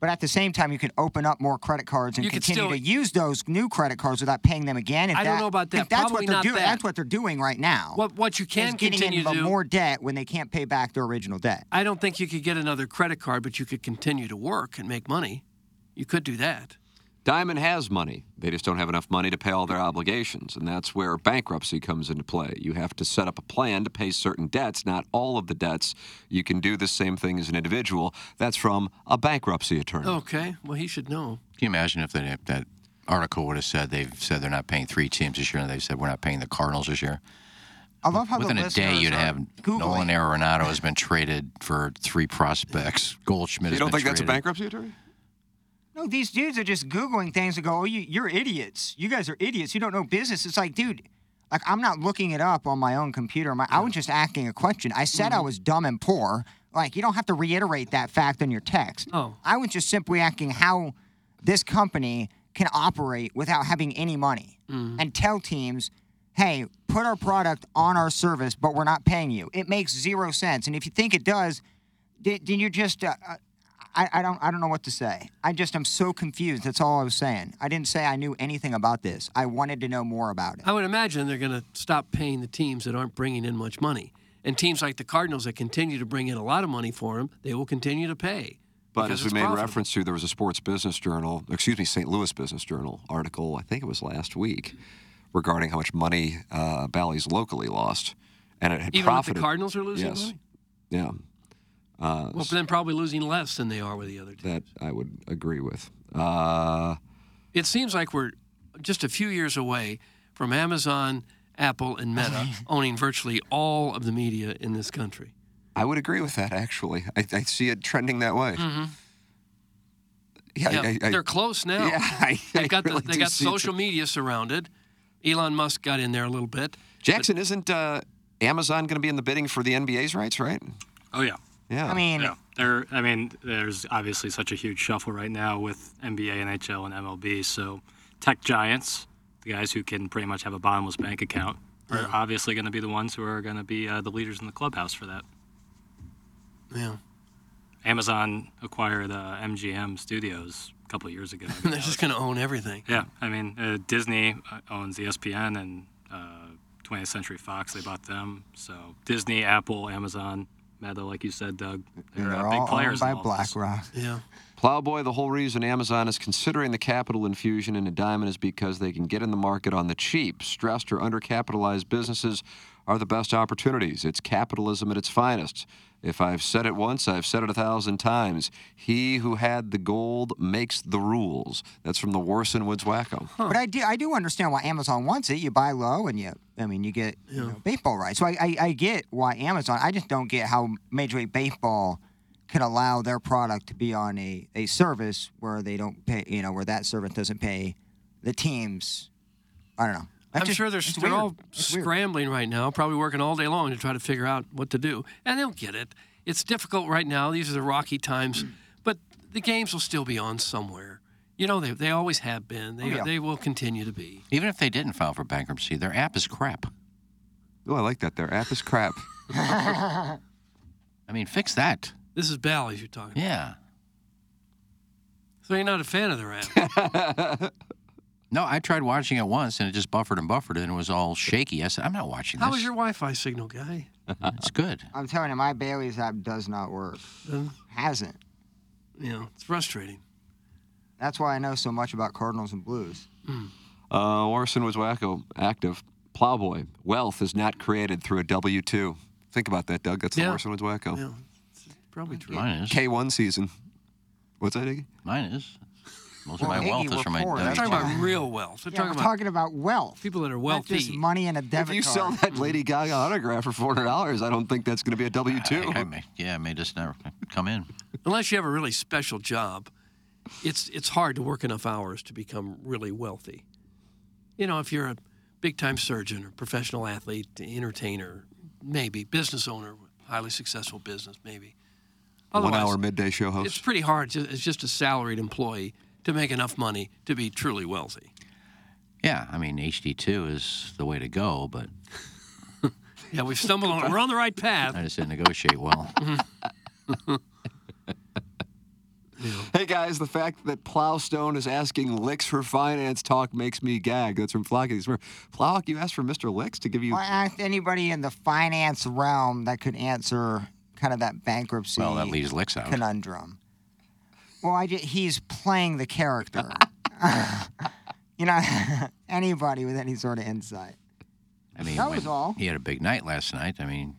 [SPEAKER 8] But at the same time, you could open up more credit cards and
[SPEAKER 7] You could
[SPEAKER 8] continue
[SPEAKER 7] still-
[SPEAKER 8] to use those new credit cards without paying them again. If
[SPEAKER 7] I don't know about that.
[SPEAKER 8] If that's what
[SPEAKER 7] Probably
[SPEAKER 8] they're
[SPEAKER 7] not
[SPEAKER 8] doing.
[SPEAKER 7] that.
[SPEAKER 8] That's what they're doing right now.
[SPEAKER 7] What what you
[SPEAKER 8] is
[SPEAKER 7] can
[SPEAKER 8] getting
[SPEAKER 7] continue
[SPEAKER 8] into
[SPEAKER 7] to do.
[SPEAKER 8] more debt when they can't pay back their original debt.
[SPEAKER 7] I don't think you could get another credit card, but you could continue to work and make money. You could do that.
[SPEAKER 6] Diamond has money. They just don't have enough money to pay all their obligations, and that's where bankruptcy comes into play. You have to set up a plan to pay certain debts, not all of the debts. You can do the same thing as an individual. That's from a bankruptcy attorney.
[SPEAKER 7] Okay. Well, he should know.
[SPEAKER 5] Can you imagine if that, if that article would have said they've said they're not paying three teams this year and they've said we're not paying the Cardinals this year?
[SPEAKER 8] I love how
[SPEAKER 5] Within
[SPEAKER 8] the
[SPEAKER 5] a day,
[SPEAKER 8] listeners
[SPEAKER 5] you'd
[SPEAKER 8] are
[SPEAKER 5] have
[SPEAKER 8] Googling.
[SPEAKER 5] Nolan Arenado has been traded for three prospects. Goldschmidt.
[SPEAKER 6] You
[SPEAKER 5] has
[SPEAKER 6] don't
[SPEAKER 5] been
[SPEAKER 6] think that's a
[SPEAKER 5] traded.
[SPEAKER 6] bankruptcy attorney?
[SPEAKER 8] No, these dudes are just googling things and go, "Oh, you, you're idiots. You guys are idiots. You don't know business." It's like, dude, like I'm not looking it up on my own computer. My, I was just asking a question. I said I was dumb and poor. Like you don't have to reiterate that fact in your text.
[SPEAKER 7] Oh.
[SPEAKER 8] I was just simply asking how this company can operate without having any money
[SPEAKER 4] Mm-hmm.
[SPEAKER 8] and tell teams, "Hey, put our product on our service, but we're not paying you." It makes zero sense. And if you think it does, then then you're just uh, uh, I, I don't I don't know what to say. I just am so confused. That's all I was saying. I didn't say I knew anything about this. I wanted to know more about it.
[SPEAKER 7] I would imagine they're going to stop paying the teams that aren't bringing in much money. And teams like the Cardinals that continue to bring in a lot of money for him, they will continue to pay.
[SPEAKER 6] But
[SPEAKER 7] because
[SPEAKER 6] as we
[SPEAKER 7] it's
[SPEAKER 6] made
[SPEAKER 7] profitable.
[SPEAKER 6] reference to, there was a Sports Business Journal, excuse me, St. Louis Business Journal article, I think it was last week, regarding how much money uh, Bally's locally lost. And it had
[SPEAKER 7] Even if
[SPEAKER 6] profited.
[SPEAKER 7] the Cardinals are losing
[SPEAKER 6] yes,
[SPEAKER 7] money?
[SPEAKER 6] Yeah. Uh,
[SPEAKER 7] Well, then probably losing less than they are with the other team.
[SPEAKER 6] that I would agree with. Uh,
[SPEAKER 7] It seems like we're just a few years away from Amazon, Apple, and Meta owning virtually all of the media in this country.
[SPEAKER 6] I would agree with that, actually. I, I see it trending that way. Yeah, I- I- I-
[SPEAKER 7] Mm. Mm-hmm. they're close now.
[SPEAKER 6] Yeah, I- I
[SPEAKER 7] They've got
[SPEAKER 6] really
[SPEAKER 7] the, they
[SPEAKER 6] do
[SPEAKER 7] got
[SPEAKER 6] see it.
[SPEAKER 7] social media surrounded. Elon Musk got in there a little bit.
[SPEAKER 6] Jackson, isn't uh, Amazon going to be in the bidding for the NBA's rights, right?
[SPEAKER 9] Oh yeah.
[SPEAKER 6] Yeah.
[SPEAKER 9] yeah. There, I mean, there's obviously such a huge shuffle right now with NBA, NHL, and MLB. So, tech giants, the guys who can pretty much have a bottomless bank account, are
[SPEAKER 7] Yeah.
[SPEAKER 9] obviously going to be the ones who are going to be uh, the leaders in the clubhouse for that.
[SPEAKER 7] Yeah.
[SPEAKER 9] Amazon acquired uh, MGM Studios a couple of years ago. I mean,
[SPEAKER 7] They're just going to own everything.
[SPEAKER 9] Yeah, I mean uh, Disney uh, owns ESPN and uh, 20th Century Fox. They bought them. So Disney, Apple, Amazon, Meta, like you said, Doug, they're,
[SPEAKER 8] They're
[SPEAKER 9] uh,
[SPEAKER 8] all
[SPEAKER 9] big
[SPEAKER 8] owned
[SPEAKER 9] players. in
[SPEAKER 8] by
[SPEAKER 9] all of this.
[SPEAKER 8] BlackRock.
[SPEAKER 7] Yeah.
[SPEAKER 6] Plowboy, the whole reason Amazon is considering the capital infusion into Diamond is because they can get in the market on the cheap. Stressed or undercapitalized businesses are the best opportunities. It's capitalism at its finest. If I've said it once, I've said it a thousand times. He who had the gold makes the rules. That's from the Warson Woods Wacko.
[SPEAKER 8] But I do I do understand why Amazon wants it. You buy low and you I mean you get you know, baseball rights. So I, I I get why Amazon. I just don't get how Major League Baseball can allow their product to be on a, a service where they don't pay you know where that service doesn't pay the teams. I don't know.
[SPEAKER 7] I'm sure they're,
[SPEAKER 8] still
[SPEAKER 7] they're all scrambling right now, probably working all day long to try to figure out what to do. And they'll get it. It's difficult right now. These are the rocky times, but the games will still be on somewhere. You know, they, they always have been. They,
[SPEAKER 5] Oh, yeah.
[SPEAKER 7] they will continue to be.
[SPEAKER 5] Even if they didn't file for bankruptcy, their app is crap.
[SPEAKER 6] Oh, I like that. Their app is crap.
[SPEAKER 5] I mean, fix that.
[SPEAKER 7] This is Bally's you're talking about.
[SPEAKER 5] Yeah.
[SPEAKER 7] So you're not a fan of their app.
[SPEAKER 5] No, I tried watching it once and it just buffered and buffered and it was all shaky. I said, I'm not watching
[SPEAKER 7] How
[SPEAKER 5] this.
[SPEAKER 7] is your Wi Fi signal, guy?
[SPEAKER 5] it's good.
[SPEAKER 8] I'm telling you, my Bailey's app does not work. Hasn't.
[SPEAKER 7] You know, it's frustrating.
[SPEAKER 8] That's why I know so much about Cardinals and Blues.
[SPEAKER 6] Uh, Warson was wacko, active. Plowboy, wealth is not created through a W 2. Think about that, Doug. That's the Warson was wacko.
[SPEAKER 7] Probably true.
[SPEAKER 6] K1 season. What's that, Iggy?
[SPEAKER 5] Mine is. Most
[SPEAKER 8] Well,
[SPEAKER 5] of my
[SPEAKER 8] Iggy,
[SPEAKER 5] wealth is
[SPEAKER 8] we're
[SPEAKER 5] from my.
[SPEAKER 8] poor.
[SPEAKER 5] W-
[SPEAKER 8] That's
[SPEAKER 5] two.
[SPEAKER 8] why- Yeah, we're talking about wealth.
[SPEAKER 7] People that are
[SPEAKER 8] Not just
[SPEAKER 6] wealthy.
[SPEAKER 8] money and a debit
[SPEAKER 6] if you
[SPEAKER 8] card.
[SPEAKER 6] sell that Lady Gaga autograph for four hundred dollars, I don't think that's going to be a W two.
[SPEAKER 5] yeah, I may just never come in.
[SPEAKER 7] Unless you have a really special job, it's it's hard to work enough hours to become really wealthy. You know, if you're a big time surgeon or professional athlete, entertainer, maybe business owner, highly successful business, maybe.
[SPEAKER 6] One hour
[SPEAKER 7] Otherwise,
[SPEAKER 6] midday show
[SPEAKER 7] It's
[SPEAKER 6] host.
[SPEAKER 7] pretty hard ju- as just a salaried employee to make enough money to be truly wealthy.
[SPEAKER 5] Yeah, I mean HD two is the way to go, but
[SPEAKER 7] Yeah, we've stumbled on it. We're on the right path.
[SPEAKER 5] I just didn't negotiate well.
[SPEAKER 7] Mm-hmm.
[SPEAKER 6] Hey guys, the fact that Plowstone is asking Licks for finance talk makes me gag. That's from Flocky. Remember, Plowhawk, you asked for Mr. Licks to give you.
[SPEAKER 8] Well, ask anybody in the finance realm that could answer kind of that bankruptcy
[SPEAKER 5] Well, that leaves Licks out.
[SPEAKER 8] conundrum. Well, I ju- he's playing the character. you know, anybody with any sort of insight.
[SPEAKER 5] I mean,
[SPEAKER 8] That
[SPEAKER 5] when
[SPEAKER 8] was all.
[SPEAKER 5] He had a big night last night. I mean,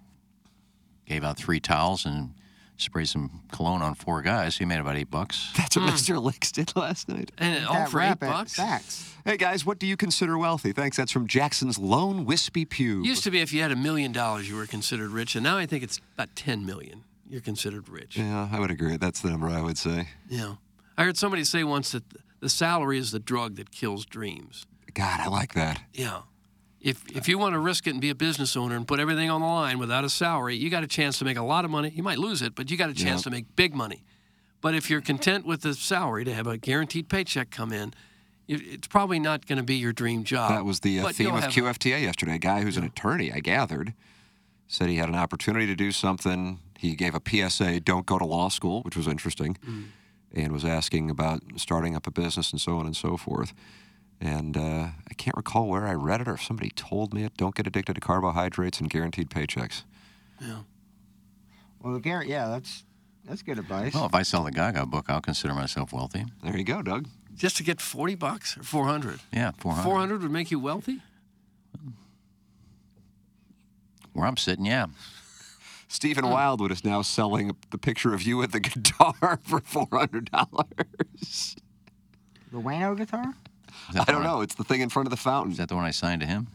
[SPEAKER 5] gave out three towels and sprayed some cologne on four guys. He made about eight bucks.
[SPEAKER 6] That's what Mr. Licks did last night.
[SPEAKER 7] And
[SPEAKER 6] all for eight
[SPEAKER 7] bucks?
[SPEAKER 8] Facts.
[SPEAKER 6] Hey guys, what do you consider wealthy? Thanks. That's from Jackson's lone wispy pube.
[SPEAKER 7] Used to be if you had a million dollars, you were considered rich, and now I think it's about 10 million. You're considered rich.
[SPEAKER 6] Yeah, I would agree. That's the number I would say.
[SPEAKER 7] Yeah. I heard somebody say once that the salary is the drug that kills dreams.
[SPEAKER 6] God, I like that.
[SPEAKER 7] Yeah. If, if you want to risk it and be a business owner and put everything on the line without a salary, you got a chance to make a lot of money. You might lose it, but you got a chance
[SPEAKER 6] Yep.
[SPEAKER 7] to make big money. But if you're content with the salary to have a guaranteed paycheck come in, it, it's probably not going to be your dream job.
[SPEAKER 6] That was the uh,
[SPEAKER 7] But
[SPEAKER 6] theme
[SPEAKER 7] you'll
[SPEAKER 6] of
[SPEAKER 7] have-
[SPEAKER 6] QFTA yesterday. A guy who's an attorney, I gathered, said he had an opportunity to do something. He gave a PSA, don't go to law school, which was interesting,
[SPEAKER 5] Mm.
[SPEAKER 6] and was asking about starting up a business and so on and so forth. And uh, I can't recall where I read it or if somebody told me it. Don't get addicted to carbohydrates and guaranteed paychecks.
[SPEAKER 8] Well, Garrett, yeah, that's that's good advice.
[SPEAKER 5] Well, if I sell the Gaga book, I'll consider myself wealthy.
[SPEAKER 6] There you go, Doug.
[SPEAKER 7] Just to get 40 bucks or 400?
[SPEAKER 5] Yeah, 400.
[SPEAKER 7] 400 would make you wealthy?
[SPEAKER 5] Where I'm sitting, yeah.
[SPEAKER 6] Stephen Wildwood is now selling the picture of you with the guitar for $400.
[SPEAKER 8] the Wayno guitar?
[SPEAKER 6] I don't know. It's the thing in front of the fountain.
[SPEAKER 5] Is that the one I signed to him?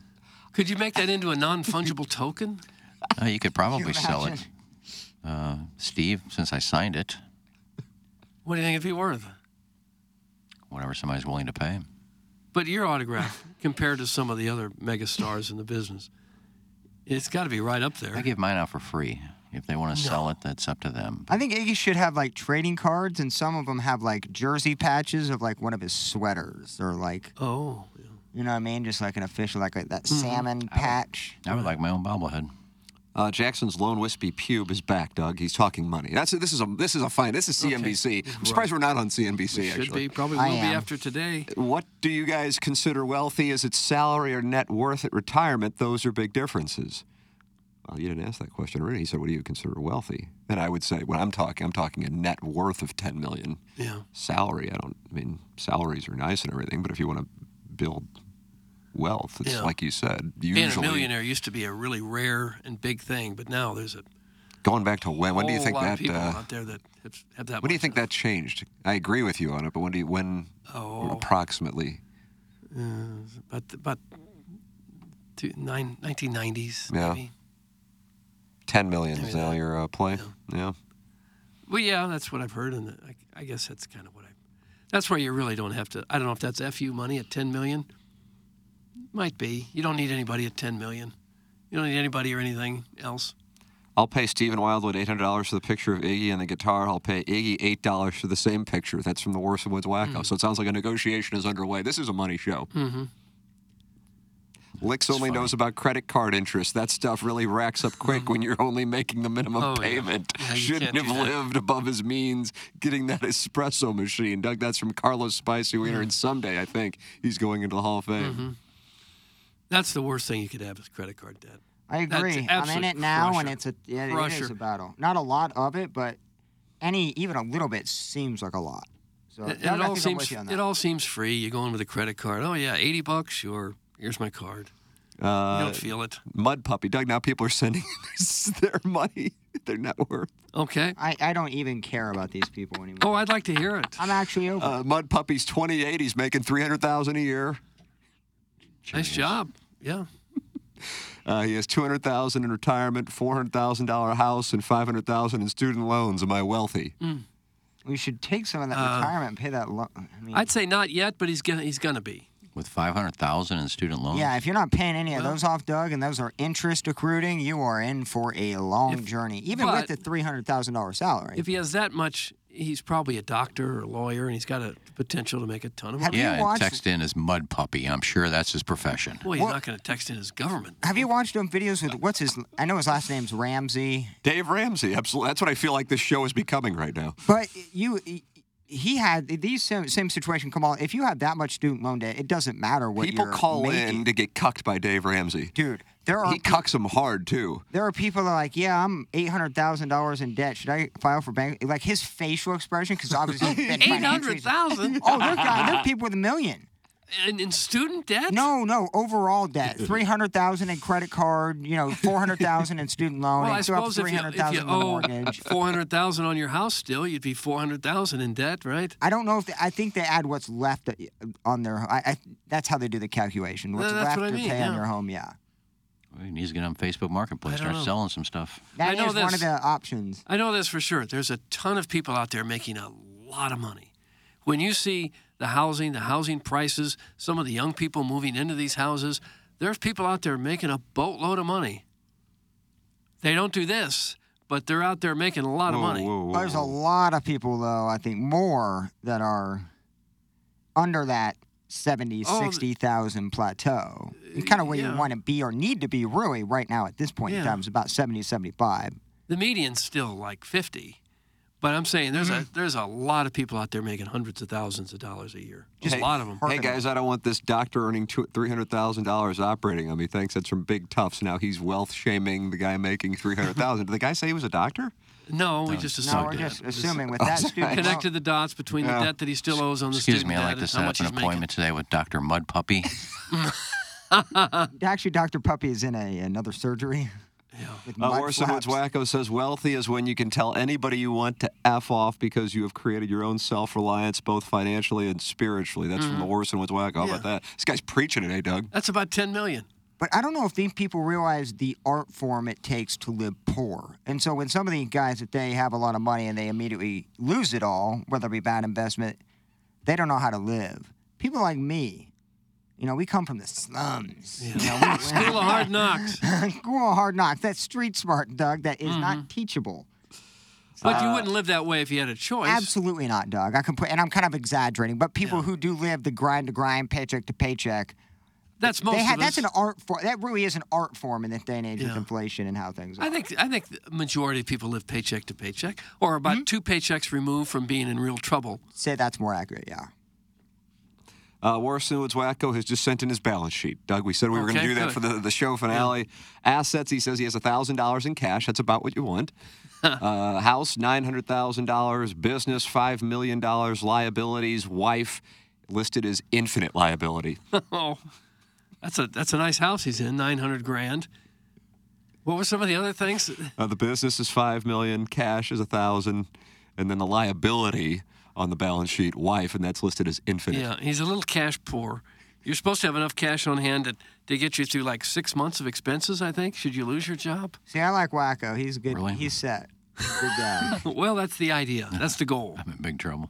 [SPEAKER 7] Could you make that into a non fungible token?
[SPEAKER 5] Uh, you could probably
[SPEAKER 7] you
[SPEAKER 5] sell it.
[SPEAKER 7] imagine?
[SPEAKER 5] Uh, Steve, since I signed it,
[SPEAKER 7] What do you think it'd be worth?
[SPEAKER 5] whatever somebody's willing to pay.
[SPEAKER 7] But your autograph, compared to some of the other megastars in the business, it's got to be right up there.
[SPEAKER 5] I give mine out for free. If they want to sell it, that's up to them.
[SPEAKER 8] I think Iggy should have like trading cards, and some of them have like jersey patches of like one of his sweaters or like.
[SPEAKER 7] Oh. Mm-hmm.
[SPEAKER 8] You know what I mean? Just like an official, like, like that salmon patch.
[SPEAKER 5] I would like my own bobblehead.
[SPEAKER 6] Uh, Jackson's lone wispy pube is back, Doug. He's talking money. That's this is a this is a fine. This is CNBC. I'm surprised we're not on CNBC.
[SPEAKER 7] Should
[SPEAKER 6] actually,
[SPEAKER 7] be. Probably will be after today.
[SPEAKER 6] What do you guys consider wealthy? Is it salary or net worth at retirement? Those are big differences. Well, you didn't ask that question already. He said, "What do you consider wealthy?" And I would say, when I'm talking, I'm talking a net worth of 10 million.
[SPEAKER 7] Yeah.
[SPEAKER 6] Salary. I don't. I mean, salaries are nice and everything, but if you want to build wealth, it's
[SPEAKER 7] Yeah.
[SPEAKER 6] like you said. Usually,
[SPEAKER 7] Being a millionaire used to be a really rare and big thing, but now there's a
[SPEAKER 6] going back to when? When do you
[SPEAKER 7] whole
[SPEAKER 6] think
[SPEAKER 7] lot
[SPEAKER 6] that?
[SPEAKER 7] of people
[SPEAKER 6] uh,
[SPEAKER 7] out there that have, have that.
[SPEAKER 6] When do you
[SPEAKER 7] much.
[SPEAKER 6] think that changed? I agree with you on it, but when do you, when
[SPEAKER 7] Oh.
[SPEAKER 6] approximately?
[SPEAKER 7] Uh, about about two, nine, 1990s,
[SPEAKER 6] Yeah.
[SPEAKER 7] maybe.
[SPEAKER 6] Ten million is now your uh, play. Yeah.
[SPEAKER 7] Well, yeah, that's what I've heard, and I, I guess that's kind of what I. That's where you really don't have to. I don't know if that's fu money at 10 million. Might be. You don't need anybody at 10 million. You don't need anybody or anything else.
[SPEAKER 6] I'll pay Stephen Wildwood eight hundred dollars for the picture of Iggy and the guitar. I'll pay Iggy eight dollars for the same picture. That's from the Worst of Woods Wacko.
[SPEAKER 7] Hmm.
[SPEAKER 6] So it sounds like a negotiation is underway. This is a money show.
[SPEAKER 7] Mm-hmm.
[SPEAKER 6] Licks only knows about credit card interest. That stuff really racks up quick when you're only making the minimum
[SPEAKER 7] Oh, yeah.
[SPEAKER 6] payment.
[SPEAKER 7] Yeah, you
[SPEAKER 6] Shouldn't
[SPEAKER 7] can't do
[SPEAKER 6] have
[SPEAKER 7] that.
[SPEAKER 6] lived above his means getting that espresso machine. Doug, that's from Carlos Spicy Wiener, and someday I think he's going into the Hall of Fame.
[SPEAKER 7] Mm-hmm. That's the worst thing you could have is credit card debt.
[SPEAKER 8] I
[SPEAKER 7] That's
[SPEAKER 8] agree. I'm
[SPEAKER 7] absolute
[SPEAKER 8] in it now, and
[SPEAKER 7] crusher.
[SPEAKER 8] it's a yeah, it is
[SPEAKER 7] Crusher.
[SPEAKER 8] a battle. Not a lot of it, but any even a little bit seems like a lot. So I
[SPEAKER 7] And- and it
[SPEAKER 8] think I'm
[SPEAKER 7] all
[SPEAKER 8] with
[SPEAKER 7] seems
[SPEAKER 8] you on
[SPEAKER 7] it all seems free. You go in with a credit card. Oh yeah, eighty bucks. Sure. Here's my card.
[SPEAKER 6] Uh,
[SPEAKER 7] You don't feel it.
[SPEAKER 6] Mud puppy. Doug, now people are sending us their money, their net worth.
[SPEAKER 7] Okay.
[SPEAKER 8] I, I don't even care about these people anymore.
[SPEAKER 7] Oh, I'd like to hear it.
[SPEAKER 8] I'm actually over.
[SPEAKER 6] Uh, Mud puppy's 28. He's making 300000 a year.
[SPEAKER 7] Nice job. Yeah.
[SPEAKER 6] Uh, he has 200000 in retirement, $400,000 house, and 500000 in student loans. Am I wealthy?
[SPEAKER 7] mm.
[SPEAKER 8] We should take some of that
[SPEAKER 6] Uh,
[SPEAKER 8] retirement and pay that loan. I mean,
[SPEAKER 7] I'd say not yet, but he's gonna he's gonna be.
[SPEAKER 5] With 500000 in student loans?
[SPEAKER 8] yeah, if you're not paying any of those off, Doug, and those are interest accruing, you are in for a long journey, even with
[SPEAKER 7] but-
[SPEAKER 8] the three hundred thousand dollar salary.
[SPEAKER 7] If he has that much, he's probably a doctor or a lawyer, and he's got a potential to make a ton of money.
[SPEAKER 5] yeah, and text in as mud puppy. I'm sure that's his profession.
[SPEAKER 7] Boy, he's not going to text in his government.
[SPEAKER 8] Have you watched him videos with what's his? I know his last name's Ramsey,
[SPEAKER 6] Dave Ramsey. Absolutely. That's what I feel like this show is becoming right now.
[SPEAKER 8] but you. He had these same, same situation come on. If you have that much student loan debt, it doesn't matter what
[SPEAKER 6] People
[SPEAKER 8] you're
[SPEAKER 6] call
[SPEAKER 8] making.
[SPEAKER 6] in to get cucked by Dave Ramsey.
[SPEAKER 8] Dude, there are
[SPEAKER 6] He cucks them hard, too.
[SPEAKER 8] There are people that are like, yeah, I'm eight hundred thousand dollars in debt. Should I file for bank? Like his facial expression, because obviously he's been
[SPEAKER 7] Eight
[SPEAKER 8] financially-
[SPEAKER 7] hundred thousand.
[SPEAKER 8] Oh, they're, guy, they're people with a million.
[SPEAKER 7] in, in student debt.
[SPEAKER 8] No, no, overall debt: three hundred thousand in credit card, you know, four hundred thousand in student loan,
[SPEAKER 7] Well, I
[SPEAKER 8] and throw up
[SPEAKER 7] suppose if
[SPEAKER 8] three
[SPEAKER 7] you,
[SPEAKER 8] hundred
[SPEAKER 7] if you
[SPEAKER 8] thousand in the
[SPEAKER 7] owe
[SPEAKER 8] mortgage.
[SPEAKER 7] four hundred thousand on your house still, you'd be four hundred thousand in debt, right?
[SPEAKER 8] I don't know if they, I think they add what's left uh, on their. I, I, that's how they do the calculation.
[SPEAKER 7] No,
[SPEAKER 8] What's
[SPEAKER 7] that's
[SPEAKER 8] left
[SPEAKER 7] what I
[SPEAKER 8] to
[SPEAKER 7] mean,
[SPEAKER 8] pay on
[SPEAKER 7] yeah.
[SPEAKER 8] your home? Yeah,
[SPEAKER 5] He needs to get on Facebook Marketplace,
[SPEAKER 7] I don't
[SPEAKER 5] start
[SPEAKER 7] know.
[SPEAKER 5] selling some stuff.
[SPEAKER 8] that
[SPEAKER 7] I
[SPEAKER 8] is
[SPEAKER 7] know
[SPEAKER 8] one of
[SPEAKER 7] this.
[SPEAKER 8] the options.
[SPEAKER 7] I know this for sure. There's a ton of people out there making a lot of money. When you see the housing, the housing prices, some of the young people moving into these houses, there's people out there making a boatload of money. They don't do this, but they're out there making a lot of money.
[SPEAKER 8] There's a lot of people, though, I think more that are under that 70,
[SPEAKER 7] Oh, th-
[SPEAKER 8] 60,000 plateau. And kind of where
[SPEAKER 7] yeah.
[SPEAKER 8] you want to be or need to be really right now at this point in
[SPEAKER 7] Yeah.
[SPEAKER 8] time is about 70, 75.
[SPEAKER 7] The median's still like 50, but I'm saying there's a there's a lot of people out there making hundreds of thousands of dollars a year. Just a lot of them.
[SPEAKER 6] Hey guys, I don't want this doctor earning two- $300,000 operating on me. Thanks, that's from Big Tufts. Now he's wealth shaming the guy making 300000 Did the guy say he was a doctor?
[SPEAKER 7] No, we just assumed.
[SPEAKER 6] we're
[SPEAKER 7] it.
[SPEAKER 6] just
[SPEAKER 7] Just
[SPEAKER 6] assuming with that student loan-
[SPEAKER 7] Connected the dots between
[SPEAKER 6] Yeah.
[SPEAKER 7] the debt that he still owes on the
[SPEAKER 5] Excuse
[SPEAKER 7] student
[SPEAKER 5] me, I'd like
[SPEAKER 7] debt
[SPEAKER 5] to
[SPEAKER 7] and
[SPEAKER 5] set
[SPEAKER 7] how much
[SPEAKER 5] up an
[SPEAKER 7] he's making.
[SPEAKER 5] appointment today with Dr. Mud Puppy.
[SPEAKER 8] Actually, Dr. Puppy is in a, another surgery. With
[SPEAKER 6] Uh,
[SPEAKER 8] mud
[SPEAKER 6] Orson Woods
[SPEAKER 8] flaps.
[SPEAKER 6] Wacko says wealthy is when you can tell anybody you want to F off because you have created your own self reliance, both financially and spiritually. That's
[SPEAKER 8] Mm-hmm.
[SPEAKER 6] from the Orson Woods Wacko. How about that? This guy's preaching today, Doug.
[SPEAKER 7] That's about 10 million.
[SPEAKER 8] But I don't know if these people realize the art form it takes to live poor. And so when some of these guys that they have a lot of money and they immediately lose it all, whether it be bad investment, they don't know how to live. People like me, you know, we come from the slums. You know, we-
[SPEAKER 7] School of hard knocks.
[SPEAKER 8] School of hard knocks. That's street smart, Doug. That is not teachable.
[SPEAKER 7] But you wouldn't live that way if you had a choice.
[SPEAKER 8] Absolutely not, Doug. I can put, and I'm kind of exaggerating, but people who do live the grind to grind, paycheck to paycheck,
[SPEAKER 7] That's most
[SPEAKER 8] they have,
[SPEAKER 7] of us.
[SPEAKER 8] that's an art form. That really is an art form in this day and age with
[SPEAKER 7] Yeah.
[SPEAKER 8] inflation and how things are.
[SPEAKER 7] I think I think the majority of people live paycheck to paycheck, or about two paychecks removed from being in real trouble.
[SPEAKER 8] Say that's more accurate, yeah.
[SPEAKER 6] Uh, Warson Woods Wacko has just sent in his balance sheet. Doug, we said we were going
[SPEAKER 7] Okay,
[SPEAKER 6] to do that
[SPEAKER 7] good.
[SPEAKER 6] for the, the show finale. Assets, he says he has $1,000 in cash. That's about what you want. uh, house, $900,000. Business, $5 million. Liabilities, wife listed as infinite liability.
[SPEAKER 7] oh, that's a that's a nice house he's in. Nine hundred grand. What were some of the other things?
[SPEAKER 6] Uh, the business is $5 million. Cash is 1000 And then the liability on the balance sheet, wife, and that's listed as infinite.
[SPEAKER 7] Yeah, he's a little cash poor. You're supposed to have enough cash on hand to, to get you through like six months of expenses. I think. Should you lose your job?
[SPEAKER 8] See, I like Wacko. He's a good. He's set. He's a Good guy.
[SPEAKER 7] well, that's the idea. That's the goal. I'm
[SPEAKER 5] in big trouble.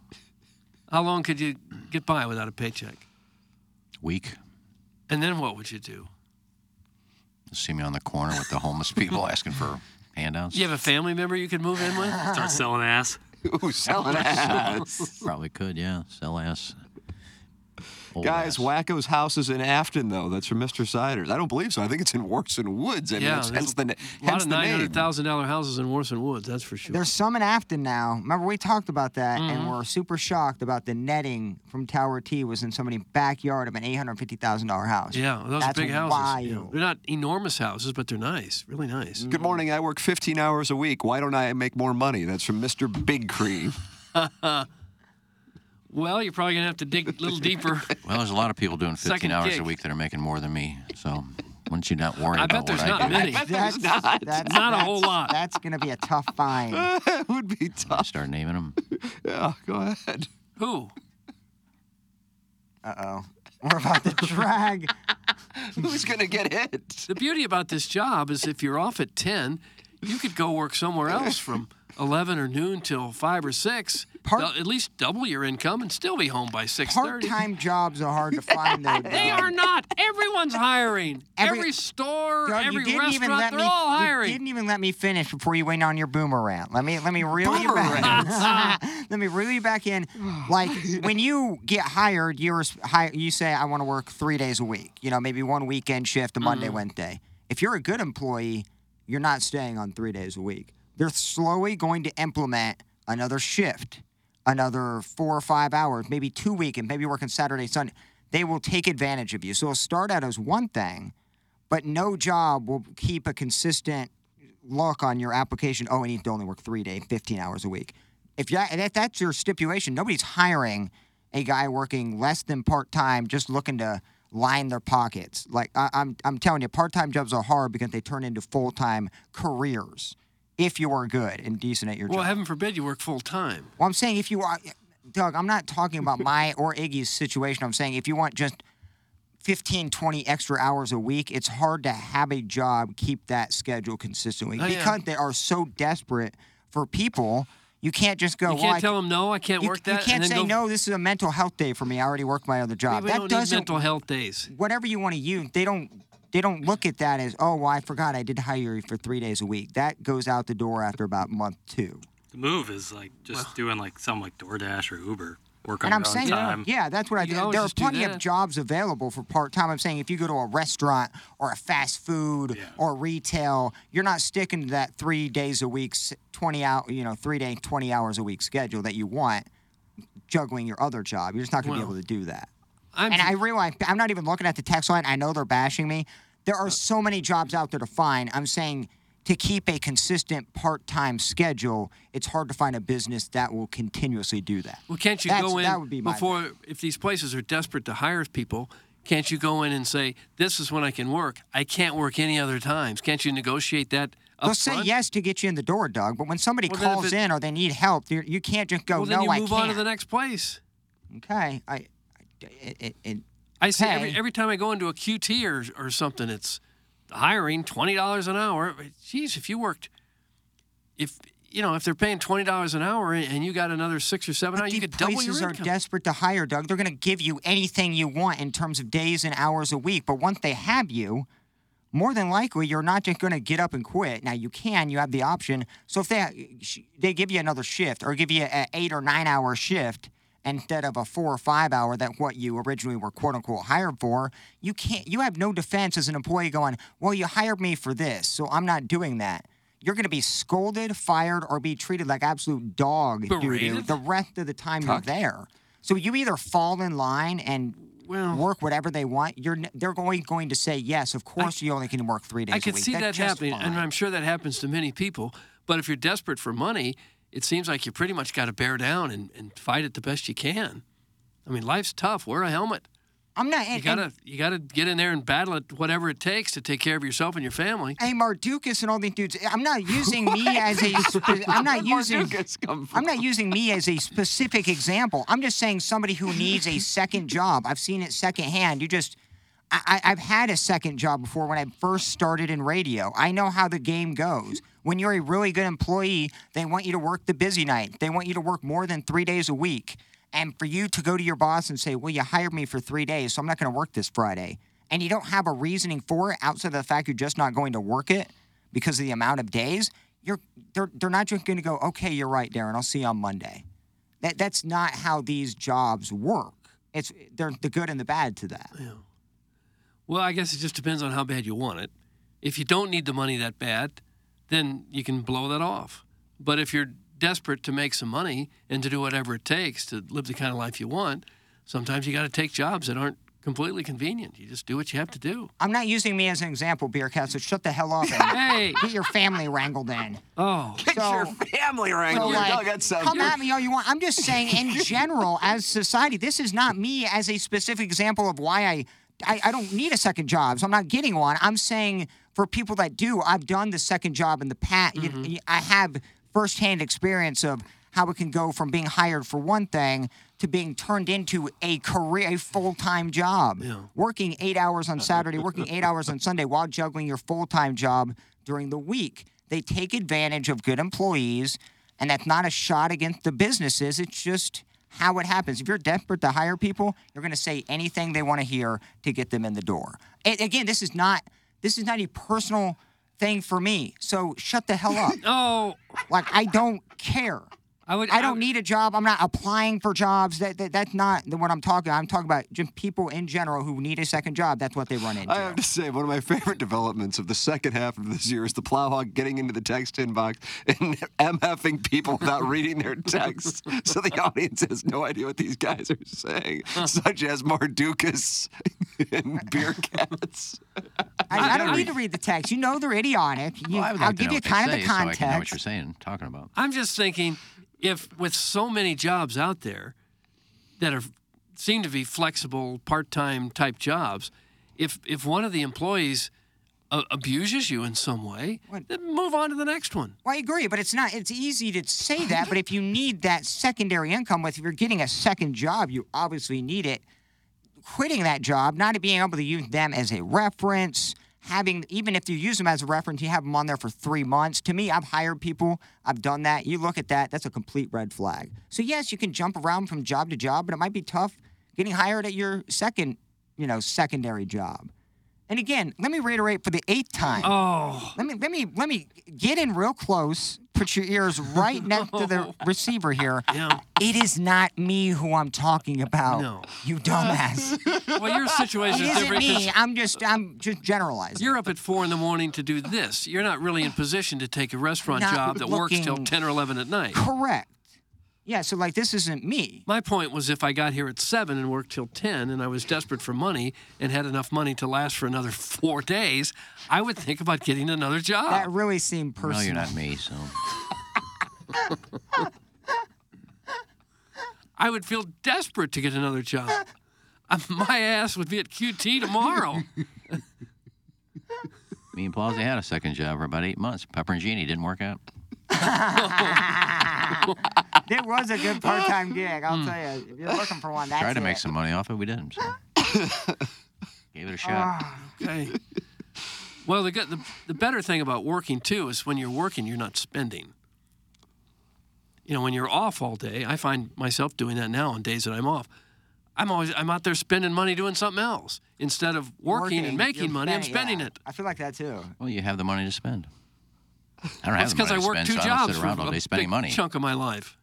[SPEAKER 7] How long could you get by without a paycheck?
[SPEAKER 5] Week.
[SPEAKER 7] And then what would you do?
[SPEAKER 5] See me on the corner with the homeless people asking for handouts.
[SPEAKER 7] You have a family member you could move in with?
[SPEAKER 5] Start selling ass.
[SPEAKER 6] Ooh, selling ass.
[SPEAKER 5] Probably could, yeah. Sell ass.
[SPEAKER 6] Guys, Wacko's house is in Afton, though. That's from Mr. Siders. I don't believe so. I think it's in Warson Woods. I mean,
[SPEAKER 7] Yeah,
[SPEAKER 6] it's,
[SPEAKER 7] there's
[SPEAKER 6] hence the, na-
[SPEAKER 7] A lot
[SPEAKER 6] hence
[SPEAKER 7] of
[SPEAKER 6] the
[SPEAKER 7] nine
[SPEAKER 6] name.
[SPEAKER 7] hundred thousand dollar houses in Warson Woods. That's for sure.
[SPEAKER 8] There's some in Afton now. Remember, we talked about that,
[SPEAKER 7] Mm-hmm.
[SPEAKER 8] and we're super shocked about the netting from Tower T was in somebody's backyard of an eight hundred fifty thousand dollar house.
[SPEAKER 7] yeah, those
[SPEAKER 8] That's
[SPEAKER 7] are big houses.
[SPEAKER 8] wild.
[SPEAKER 7] Yeah. They're not enormous houses, but they're nice, really nice.
[SPEAKER 6] Good morning. I work 15 hours a week. Why don't I make more money? That's from Mr. Big Cream.
[SPEAKER 7] well, you're probably gonna have to dig a little deeper.
[SPEAKER 5] Well, there's a lot of people doing 15
[SPEAKER 7] Second
[SPEAKER 5] hours
[SPEAKER 7] gig.
[SPEAKER 5] a week that are making more than me. So don't you not worry
[SPEAKER 7] I
[SPEAKER 5] about
[SPEAKER 7] bet there's
[SPEAKER 5] what
[SPEAKER 7] not
[SPEAKER 5] I do?
[SPEAKER 7] many. I bet there's not. Not a whole lot.
[SPEAKER 8] That's gonna be a tough find.
[SPEAKER 6] that would be tough.
[SPEAKER 5] Start naming them.
[SPEAKER 6] yeah, go ahead.
[SPEAKER 7] Who?
[SPEAKER 8] Uh oh. We're about to drag.
[SPEAKER 6] Who's going to get hit? The
[SPEAKER 7] beauty about this job is if you're off at 10, you could go work somewhere else from 11 or noon till 5 or 6. They'll at least double your income and still be home by 6:30.
[SPEAKER 8] Part-time jobs are hard to find, though.
[SPEAKER 7] They
[SPEAKER 8] Doug.
[SPEAKER 7] are not. Everyone's hiring. Every, store,
[SPEAKER 8] Doug,
[SPEAKER 7] every
[SPEAKER 8] you didn't
[SPEAKER 7] restaurant,
[SPEAKER 8] even let
[SPEAKER 7] they're
[SPEAKER 8] me,
[SPEAKER 7] all
[SPEAKER 8] You
[SPEAKER 7] hiring.
[SPEAKER 8] didn't even let me finish before you went on your boomerang. Let me let me reel you back. let me reel you back in. Like when you get hired, you're s- hi- you say I want to work three days a week. You know, maybe one weekend shift, a Monday,
[SPEAKER 11] Mhm.
[SPEAKER 8] Wednesday. If you're a good employee, you're not staying on three days a week. They're slowly going to implement another shift, another four or five hours, maybe two weekend, maybe working Saturday, Sunday. They will take advantage of you. So it'll start out as one thing, but no job will keep a consistent look on your application. Oh, I need to only work three days, 15 hours a week. If you, that, that's your stipulation, nobody's hiring a guy working less than part time just looking to line their pockets. Like I, I'm, I'm telling you, part time jobs are hard because they turn into full time careers if you are good and decent at your
[SPEAKER 7] Well,
[SPEAKER 8] job.
[SPEAKER 7] heaven forbid you work full time.
[SPEAKER 8] Well, I'm saying if you are, Doug, I'm not talking about my or Iggy's situation. I'm saying if you want just 15, 20 extra hours a week, it's hard to have a job keep that schedule consistently
[SPEAKER 7] Oh, yeah.
[SPEAKER 8] because they are so desperate for people. You can't just go.
[SPEAKER 7] You
[SPEAKER 8] "Well,
[SPEAKER 7] can't
[SPEAKER 8] I-
[SPEAKER 7] tell them no, I can't
[SPEAKER 8] you,
[SPEAKER 7] work
[SPEAKER 8] you
[SPEAKER 7] that.
[SPEAKER 8] can't
[SPEAKER 7] and then
[SPEAKER 8] say
[SPEAKER 7] go,
[SPEAKER 8] no. This is a mental health day for me. I already worked my other job.
[SPEAKER 7] We
[SPEAKER 8] that
[SPEAKER 7] don't need
[SPEAKER 8] doesn't
[SPEAKER 7] mental health days.
[SPEAKER 8] whatever you want to use, they don't they don't look at that as oh well I forgot I did hire you for three days a week. That goes out the door after about month two.
[SPEAKER 9] The move is like just doing like something like DoorDash or Uber. Work on
[SPEAKER 8] and I'm
[SPEAKER 9] your
[SPEAKER 8] saying,
[SPEAKER 9] own time.
[SPEAKER 8] yeah, that's what I
[SPEAKER 9] You
[SPEAKER 8] did.
[SPEAKER 9] can always
[SPEAKER 8] There are
[SPEAKER 9] just do
[SPEAKER 8] plenty of
[SPEAKER 9] that.
[SPEAKER 8] jobs available for part time. I'm saying if you go to a restaurant or a fast food or retail, you're not sticking to that three days a week, s- 20 out, you know, three day, 20 hours a week schedule that you want, juggling your other job. You're just not going to
[SPEAKER 7] Well,
[SPEAKER 8] be able to do that.
[SPEAKER 7] I'm-
[SPEAKER 8] and I realize I'm not even looking at the text line. I know they're bashing me. There
[SPEAKER 7] Uh,
[SPEAKER 8] are so many jobs out there to find. I'm saying to keep a consistent part-time schedule, it's hard to find a business that will continuously do that.
[SPEAKER 7] Well, can't you
[SPEAKER 8] That's-
[SPEAKER 7] go in
[SPEAKER 8] that would be my
[SPEAKER 7] before if these places are desperate to hire people? Can't you go in and say this is when I can work? I can't work any other times. Can't you negotiate that? Up
[SPEAKER 8] They'll say
[SPEAKER 7] front?
[SPEAKER 8] yes to get you in the door, Doug. But when somebody
[SPEAKER 7] Well, then if
[SPEAKER 8] calls
[SPEAKER 7] it-
[SPEAKER 8] in or they need help, you're- you can't just go.
[SPEAKER 7] Well, then
[SPEAKER 8] no,
[SPEAKER 7] you
[SPEAKER 8] I
[SPEAKER 7] move
[SPEAKER 8] can't.
[SPEAKER 7] on to the next place.
[SPEAKER 8] Okay, I. It, it, it,
[SPEAKER 7] I see
[SPEAKER 8] okay.
[SPEAKER 7] every, every time I go into a QT or, or something, it's hiring twenty dollars an hour. Geez, if you worked, if you know, if they're paying twenty dollars an hour and you got another six or seven, hours, you could double your
[SPEAKER 8] Places are
[SPEAKER 7] income.
[SPEAKER 8] desperate to hire, Doug. They're going to give you anything you want in terms of days and hours a week. But once they have you, more than likely you're not just going to get up and quit. Now you can, you have the option. So if they they give you another shift or give you an eight or nine hour shift instead of a four or five hour that what you originally were quote unquote hired for, you can't. You have no defense as an employee going, well, you hired me for this, so I'm not doing that. You're going to be scolded, fired, or be treated like absolute dog doo-doo
[SPEAKER 7] Berated?
[SPEAKER 8] the rest of the time
[SPEAKER 7] Cucked.
[SPEAKER 8] you're there. So you either fall in line and work whatever they want. You're n- they're going going to say yes. Of course, you only can work three days.
[SPEAKER 7] I can
[SPEAKER 8] a week.
[SPEAKER 7] see that
[SPEAKER 8] That's just
[SPEAKER 7] happening,
[SPEAKER 8] fine.
[SPEAKER 7] and I'm sure that happens to many people. But if you're desperate for money, it seems like you pretty much got to bear down and, and fight it the best you can. I mean, life's tough. Wear a helmet.
[SPEAKER 8] I'm not.
[SPEAKER 7] you
[SPEAKER 8] And,
[SPEAKER 7] gotta you gotta get in there and battle it, whatever it takes to take care of yourself and your family.
[SPEAKER 8] and, hey, Mardukas and all these dudes. I'm not using me as a. spe- I'm not using. I'm not using me as a specific example. I'm just saying somebody who needs a second job. I've seen it secondhand. You just. I, I- I've had a second job before when I first started in radio. I know how the game goes. When you're a really good employee, they want you to work the busy night. They want you to work more than three days a week. And for you to go to your boss and say, Well, you hired me for three days, so I'm not going to work this Friday. And you don't have a reasoning for it outside of the fact you're just not going to work it because of the amount of days, you're they're, they're not just going to go, Okay, you're right, Darren. I'll see you on Monday. That, that's not how these jobs work. It's they're the good and the bad to that.
[SPEAKER 7] Well, I guess it just depends on how bad you want it. If you don't need the money that bad, then you can blow that off. But if you're desperate to make some money and to do whatever it takes to live the kind of life you want, sometimes you got to take jobs that aren't completely convenient. You just do what you have to do.
[SPEAKER 8] I'm not using me as an example, Beer Cat, so shut the hell up and get your family wrangled in.
[SPEAKER 7] Oh,
[SPEAKER 8] Get So- your
[SPEAKER 6] family
[SPEAKER 8] So, like, come at me all you want. I'm just saying, in general, as society, this is not me as a specific example of why I I, I don't need a second job, so I'm not getting one. I'm saying for people that do, I've done the second job in the past. I have firsthand experience of how it can go from being hired for one thing to being turned into a career, a full time job. Working eight hours on Saturday, working eight hours on Sunday while juggling your full time job during the week. They take advantage of good employees, and that's not a shot against the businesses. It's just how it happens. If you're desperate to hire people, you're going to say anything they want to hear to get them in the door. And again, this is not this is not a personal thing for me. So shut the hell up.
[SPEAKER 9] oh,
[SPEAKER 8] like I don't care.
[SPEAKER 9] I would.
[SPEAKER 8] I don't need a job. I'm not applying for jobs. That, that that's not what I'm talking. I'm talking about just people in general who need a second job. That's what they run into.
[SPEAKER 6] I have to say, one of my favorite developments of the second half of this year is the plowhog getting into the text inbox and MFing people without reading their texts. So the audience has no idea what these guys are saying, such as Mardukas and Beer Cats.
[SPEAKER 8] I, I don't need to read the text. You know they're idiotic. You, I'll give you kind of the context.
[SPEAKER 5] So I can know what you're saying, talking about.
[SPEAKER 7] I'm just thinking, if with so many jobs out there that are seem to be flexible, part-time type jobs, if if one of the employees uh, abuses you in some way, then move on to the next one.
[SPEAKER 8] Well, I agree, but it's not. It's easy to say that, but if you need that secondary income, with if you're getting a second job, you obviously need it. Quitting that job, not being able to use them as a reference, having even if you use them as a reference, you have them on there for three months. To me, I've hired people, I've done that. You look at that, that's a complete red flag. So yes, you can jump around from job to job, but it might be tough getting hired at your second, you know, secondary job. And again, let me reiterate for the eighth time.
[SPEAKER 7] Oh.
[SPEAKER 8] Let me let me let me get in real close. Put your ears right next to the receiver here. It is not me who I'm talking about.
[SPEAKER 7] No.
[SPEAKER 8] You dumbass.
[SPEAKER 7] Well, your situation
[SPEAKER 8] it
[SPEAKER 7] is
[SPEAKER 8] isn't
[SPEAKER 7] different. 'cause
[SPEAKER 8] me. I'm just I'm just generalizing.
[SPEAKER 7] You're up at four in the morning to do this. You're not really in position to take a restaurant
[SPEAKER 8] Not
[SPEAKER 7] job that works till
[SPEAKER 8] looking-
[SPEAKER 7] ten or eleven at night.
[SPEAKER 8] Correct. Yeah. So like this isn't me.
[SPEAKER 7] My point was if I got here at 7 and worked till 10 and I was desperate for money and had enough money to last for another four days, I would think about getting another job.
[SPEAKER 8] That really seemed personal.
[SPEAKER 5] No, you're not me. So
[SPEAKER 7] I would feel desperate to get another job. Uh, My ass would be at QT tomorrow.
[SPEAKER 5] me and Plaza had a second job for about eight months. Pepper and Genie didn't work out.
[SPEAKER 8] It was a good part-time gig.
[SPEAKER 7] Hmm.
[SPEAKER 8] I'll tell you. If you're looking for one, that's
[SPEAKER 5] Tried to make
[SPEAKER 8] it.
[SPEAKER 5] some money off it. We didn't. So. Gave it a shot.
[SPEAKER 8] Ah,
[SPEAKER 7] okay. Well, the, good, the the better thing about working too is when you're working, you're not spending. You know, when you're off all day, I find myself doing that now on days that I'm off. I'm always I'm out there spending money doing something else instead of working, and making
[SPEAKER 8] you're
[SPEAKER 7] money. I'm spending
[SPEAKER 8] yeah.
[SPEAKER 7] it.
[SPEAKER 8] I feel like that too.
[SPEAKER 5] Well, you have the money to spend. I don't
[SPEAKER 7] That's
[SPEAKER 5] have the
[SPEAKER 7] because
[SPEAKER 5] money
[SPEAKER 7] I
[SPEAKER 5] to
[SPEAKER 7] work
[SPEAKER 5] spend,
[SPEAKER 7] two
[SPEAKER 5] so I don't
[SPEAKER 7] jobs
[SPEAKER 5] sit around
[SPEAKER 7] for
[SPEAKER 5] all
[SPEAKER 7] a
[SPEAKER 5] day spending
[SPEAKER 7] big
[SPEAKER 5] money.
[SPEAKER 7] chunk of my life.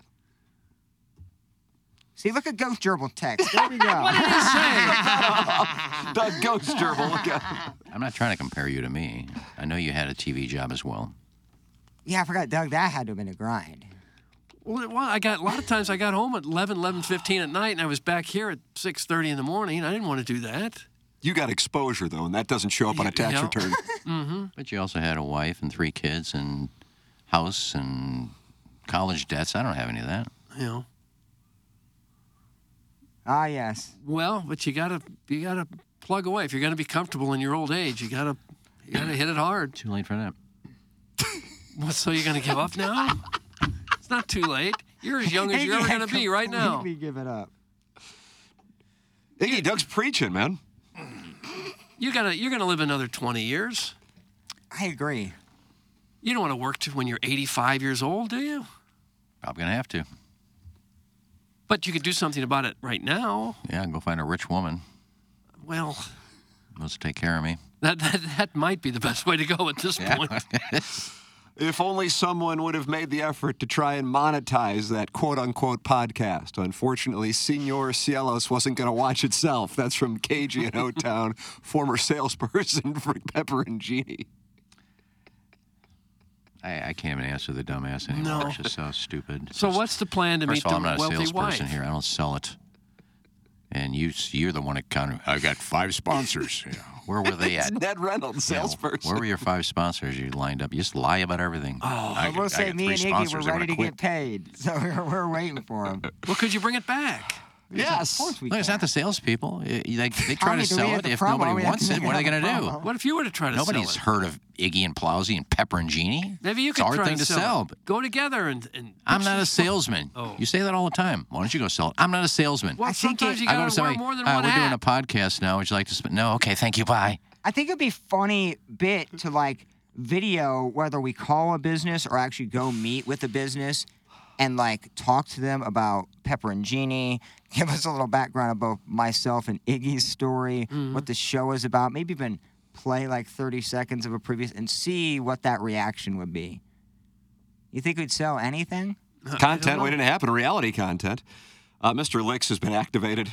[SPEAKER 8] See, look at Ghost Gerbil text. There we go. what did he say?
[SPEAKER 6] the ghost gerbil.
[SPEAKER 5] I'm not trying to compare you to me. I know you had a TV job as well.
[SPEAKER 8] Yeah, I forgot, Doug. That had to have been a grind.
[SPEAKER 7] Well, it- well, I got a lot of times I got home at 11, 11.15 at night, and I was back here at 6.30 in the morning. I didn't want to do that.
[SPEAKER 6] You got exposure, though, and that doesn't show up on a tax
[SPEAKER 7] Yeah.
[SPEAKER 6] return.
[SPEAKER 7] Mm-hmm.
[SPEAKER 5] But you also had a wife and three kids and house and college debts. I don't have any of that.
[SPEAKER 7] You know.
[SPEAKER 8] Ah, yes.
[SPEAKER 7] Well, but you gotta you gotta plug away if you're gonna be comfortable in your old age. You gotta you gotta hit it hard.
[SPEAKER 5] Too late for that.
[SPEAKER 7] What? So you're gonna give up now? It's not too late. You're as young as you're ever gonna be right now.
[SPEAKER 8] We give it up.
[SPEAKER 6] Iggy, Doug's preaching, man.
[SPEAKER 7] You gotta you're gonna live another 20 years.
[SPEAKER 8] I agree.
[SPEAKER 7] You don't want to work to when you're 85 years old, do you?
[SPEAKER 5] Probably gonna have to.
[SPEAKER 7] But you could do something about it right now.
[SPEAKER 5] Yeah, I can go find a rich woman
[SPEAKER 7] Well,
[SPEAKER 5] who wants to take care of me.
[SPEAKER 7] that that, that might be the best way to go at this point.
[SPEAKER 6] If only someone would have made the effort to try and monetize that quote unquote podcast. Unfortunately, Senor Cielos wasn't going to watch itself. That's from KG in O Town, former salesperson for Pepper and Genie.
[SPEAKER 5] I, I can't even answer the dumbass anymore.
[SPEAKER 7] No.
[SPEAKER 5] It's just so stupid.
[SPEAKER 7] So what's the plan to
[SPEAKER 5] First
[SPEAKER 7] meet
[SPEAKER 5] of all,
[SPEAKER 7] the
[SPEAKER 5] I'm not a
[SPEAKER 7] wealthy
[SPEAKER 5] salesperson
[SPEAKER 7] wife?
[SPEAKER 5] here. I don't sell it. And you, you're the one that counted. I got five sponsors. you know. Where were they
[SPEAKER 6] It's
[SPEAKER 5] at?
[SPEAKER 6] Ned Reynolds, salesperson.
[SPEAKER 5] Where were your five sponsors you lined up? You just lie about everything. Oh,
[SPEAKER 8] I, will say, me and Iggy were ready to get paid, so we're, we're waiting for him.
[SPEAKER 7] Well, could you bring it back?
[SPEAKER 5] Yes.
[SPEAKER 7] course we
[SPEAKER 5] No, it's not the salespeople. I- They, they try
[SPEAKER 7] How
[SPEAKER 5] to
[SPEAKER 7] many do we
[SPEAKER 5] sell
[SPEAKER 7] have
[SPEAKER 5] it.
[SPEAKER 7] to
[SPEAKER 5] If
[SPEAKER 7] promo? We
[SPEAKER 5] nobody
[SPEAKER 7] have
[SPEAKER 5] wants
[SPEAKER 7] to
[SPEAKER 5] it,
[SPEAKER 7] make
[SPEAKER 5] what are they
[SPEAKER 7] another
[SPEAKER 5] going to do?
[SPEAKER 7] promo. What if you were to try to sell
[SPEAKER 5] Nobody's
[SPEAKER 7] it?
[SPEAKER 5] heard of Iggy and Plowsy and Pepperingini.
[SPEAKER 7] Maybe you
[SPEAKER 5] it's
[SPEAKER 7] could
[SPEAKER 5] our
[SPEAKER 7] try
[SPEAKER 5] thing to
[SPEAKER 7] to sell.
[SPEAKER 5] sell.
[SPEAKER 7] it. Go together and. and
[SPEAKER 5] I'm
[SPEAKER 7] pitch
[SPEAKER 5] not a
[SPEAKER 7] this one.
[SPEAKER 5] salesman.
[SPEAKER 7] Oh.
[SPEAKER 5] You say that all the time. Why don't you go sell it? I'm not a salesman.
[SPEAKER 7] Well, I think sometimes it- you
[SPEAKER 5] I go
[SPEAKER 7] gotta
[SPEAKER 5] to somebody,
[SPEAKER 7] wear more than
[SPEAKER 5] "Uh,
[SPEAKER 7] one
[SPEAKER 5] We're doing
[SPEAKER 7] hat."
[SPEAKER 5] a podcast now. Would you like to? Sp-? No. Okay. Thank you. Bye.
[SPEAKER 8] I think it'd be funny bit to like video whether we call a business or actually go meet with a business and like talk to them about Pepper and Genie. Give us a little background about myself and Iggy's story,
[SPEAKER 5] Mm-hmm.
[SPEAKER 8] what the show is about. Maybe even play like 30 seconds of a previous and see what that reaction would be. You think we'd sell anything?
[SPEAKER 6] Content waiting to happen, reality content. Uh, Mr. Licks has been activated.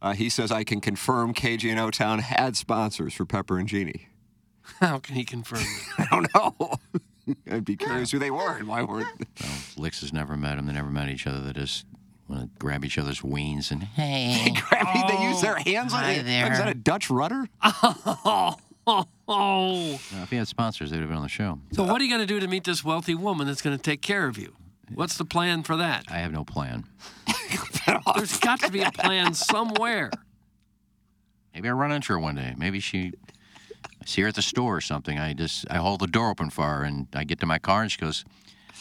[SPEAKER 6] Uh, he says, I can confirm KG and O Town had sponsors for Pepper and Genie.
[SPEAKER 7] How can he confirm?
[SPEAKER 6] I don't know. I'd be curious who they were and why weren't
[SPEAKER 5] Licks has never met him. They never met each other. They just want to grab each other's wings and
[SPEAKER 6] they
[SPEAKER 5] hey.
[SPEAKER 6] grab They use their hands like
[SPEAKER 5] hi
[SPEAKER 6] like, Is that
[SPEAKER 5] there.
[SPEAKER 6] a Dutch rudder?
[SPEAKER 7] Oh.
[SPEAKER 5] Now, if he had sponsors, they would have been on the show.
[SPEAKER 7] So what are you going to do to meet this wealthy woman that's going to take care of you? What's the plan for that?
[SPEAKER 5] I have no plan.
[SPEAKER 7] There's got to be a plan somewhere.
[SPEAKER 5] Maybe I run into her one day. Maybe she, I see her at the store or something. I just, I hold the door open for her and I get to my car and she goes,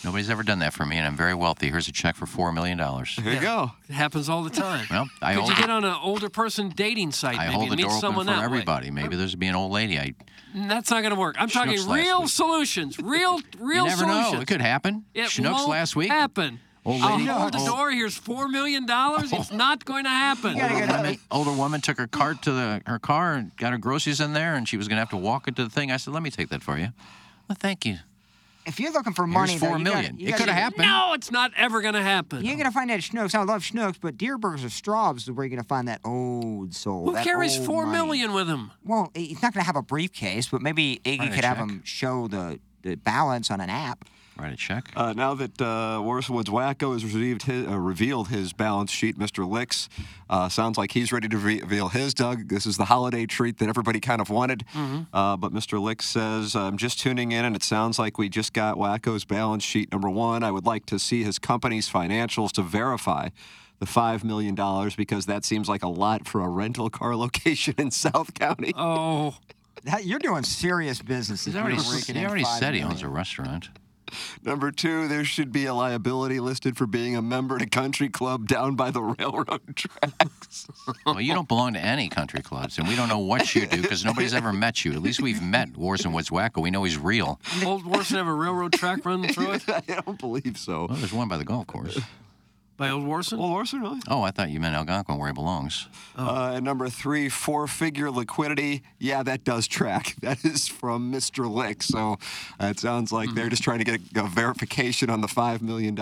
[SPEAKER 5] Nobody's ever done that for me and I'm very wealthy. Here's a check for $4 million. Here
[SPEAKER 7] Yeah. It happens all the time.
[SPEAKER 5] Well, I
[SPEAKER 7] Could
[SPEAKER 5] hold,
[SPEAKER 7] you get on an older person dating site?
[SPEAKER 5] I
[SPEAKER 7] maybe
[SPEAKER 5] hold the
[SPEAKER 7] and meet
[SPEAKER 5] door open
[SPEAKER 7] someone
[SPEAKER 5] for
[SPEAKER 7] that way?
[SPEAKER 5] everybody. Maybe there's be an old lady. I,
[SPEAKER 7] That's not going to work. I'm
[SPEAKER 5] Schnucks
[SPEAKER 7] talking
[SPEAKER 5] last
[SPEAKER 7] real solutions. Real, real
[SPEAKER 5] you never
[SPEAKER 7] solutions.
[SPEAKER 5] know. It could happen.
[SPEAKER 7] It
[SPEAKER 5] Schnucks
[SPEAKER 7] won't
[SPEAKER 5] last week.
[SPEAKER 7] happen.
[SPEAKER 5] Old
[SPEAKER 7] I'll
[SPEAKER 5] lady- Oh.
[SPEAKER 7] hold the
[SPEAKER 5] old-
[SPEAKER 7] door. Here's four million dollars. It's not going to happen.
[SPEAKER 5] Older woman, older woman took her cart to the her car and got her groceries in there, and she was gonna have to walk into the thing. I said, "Let me take that for you." Well, thank you.
[SPEAKER 8] If you're looking for
[SPEAKER 5] Here's
[SPEAKER 8] money, though,
[SPEAKER 5] four
[SPEAKER 8] you gotta-
[SPEAKER 5] million.
[SPEAKER 8] you
[SPEAKER 5] It
[SPEAKER 8] gotta-
[SPEAKER 5] could have happened.
[SPEAKER 7] No, it's not ever going to happen.
[SPEAKER 8] You're gonna find that at Schnucks. I love Schnucks, but Deer Burgers or Straub's is where you're gonna find that old soul.
[SPEAKER 7] Who
[SPEAKER 8] that
[SPEAKER 7] carries
[SPEAKER 8] old
[SPEAKER 7] four
[SPEAKER 8] money.
[SPEAKER 7] million with him?
[SPEAKER 8] Well, he- he's not gonna have a briefcase, but maybe Iggy
[SPEAKER 7] Write a
[SPEAKER 8] could have
[SPEAKER 7] check.
[SPEAKER 8] him show the, the balance on an app.
[SPEAKER 5] Write a check.
[SPEAKER 6] Uh, now that uh, Warsaw Woods Wacko has received his, uh, revealed his balance sheet, Mr. Licks uh, sounds like he's ready to re- reveal his. Doug, this is the holiday treat that everybody kind of wanted.
[SPEAKER 8] Mm-hmm.
[SPEAKER 4] Mhm.
[SPEAKER 6] Uh, but Mr. Licks says, I'm just tuning in, and it sounds like we just got Wacko's balance sheet number one. I would like to see his company's financials to verify the $5 million because that seems like a lot for a rental car location in South County.
[SPEAKER 7] Oh.
[SPEAKER 8] That, you're doing serious business. if
[SPEAKER 5] He's
[SPEAKER 8] you're
[SPEAKER 5] already,
[SPEAKER 8] raking
[SPEAKER 5] he
[SPEAKER 8] in
[SPEAKER 5] already
[SPEAKER 8] five
[SPEAKER 5] said he
[SPEAKER 8] million.
[SPEAKER 5] owns a restaurant.
[SPEAKER 6] Number two, there should be a liability listed for being a member at a country club down by the railroad tracks.
[SPEAKER 5] Well, you don't belong to any country clubs, and we don't know what you do because nobody's ever met you. At least we've met Warson Woods Wacko. We know he's real.
[SPEAKER 7] Old Warson have a railroad track running through it?
[SPEAKER 6] I don't believe so.
[SPEAKER 5] Well, there's one by the golf course.
[SPEAKER 7] By Old Warson? Old
[SPEAKER 6] Warson, really?
[SPEAKER 5] Oh, I thought you meant Algonquin, where he belongs.
[SPEAKER 8] Oh.
[SPEAKER 6] Uh, and number three, four figure liquidity. Yeah, that does track. That is from Mr. Lick. So uh, it sounds like
[SPEAKER 8] Mm-hmm.
[SPEAKER 6] they're just trying to get a, a verification on the $5 million.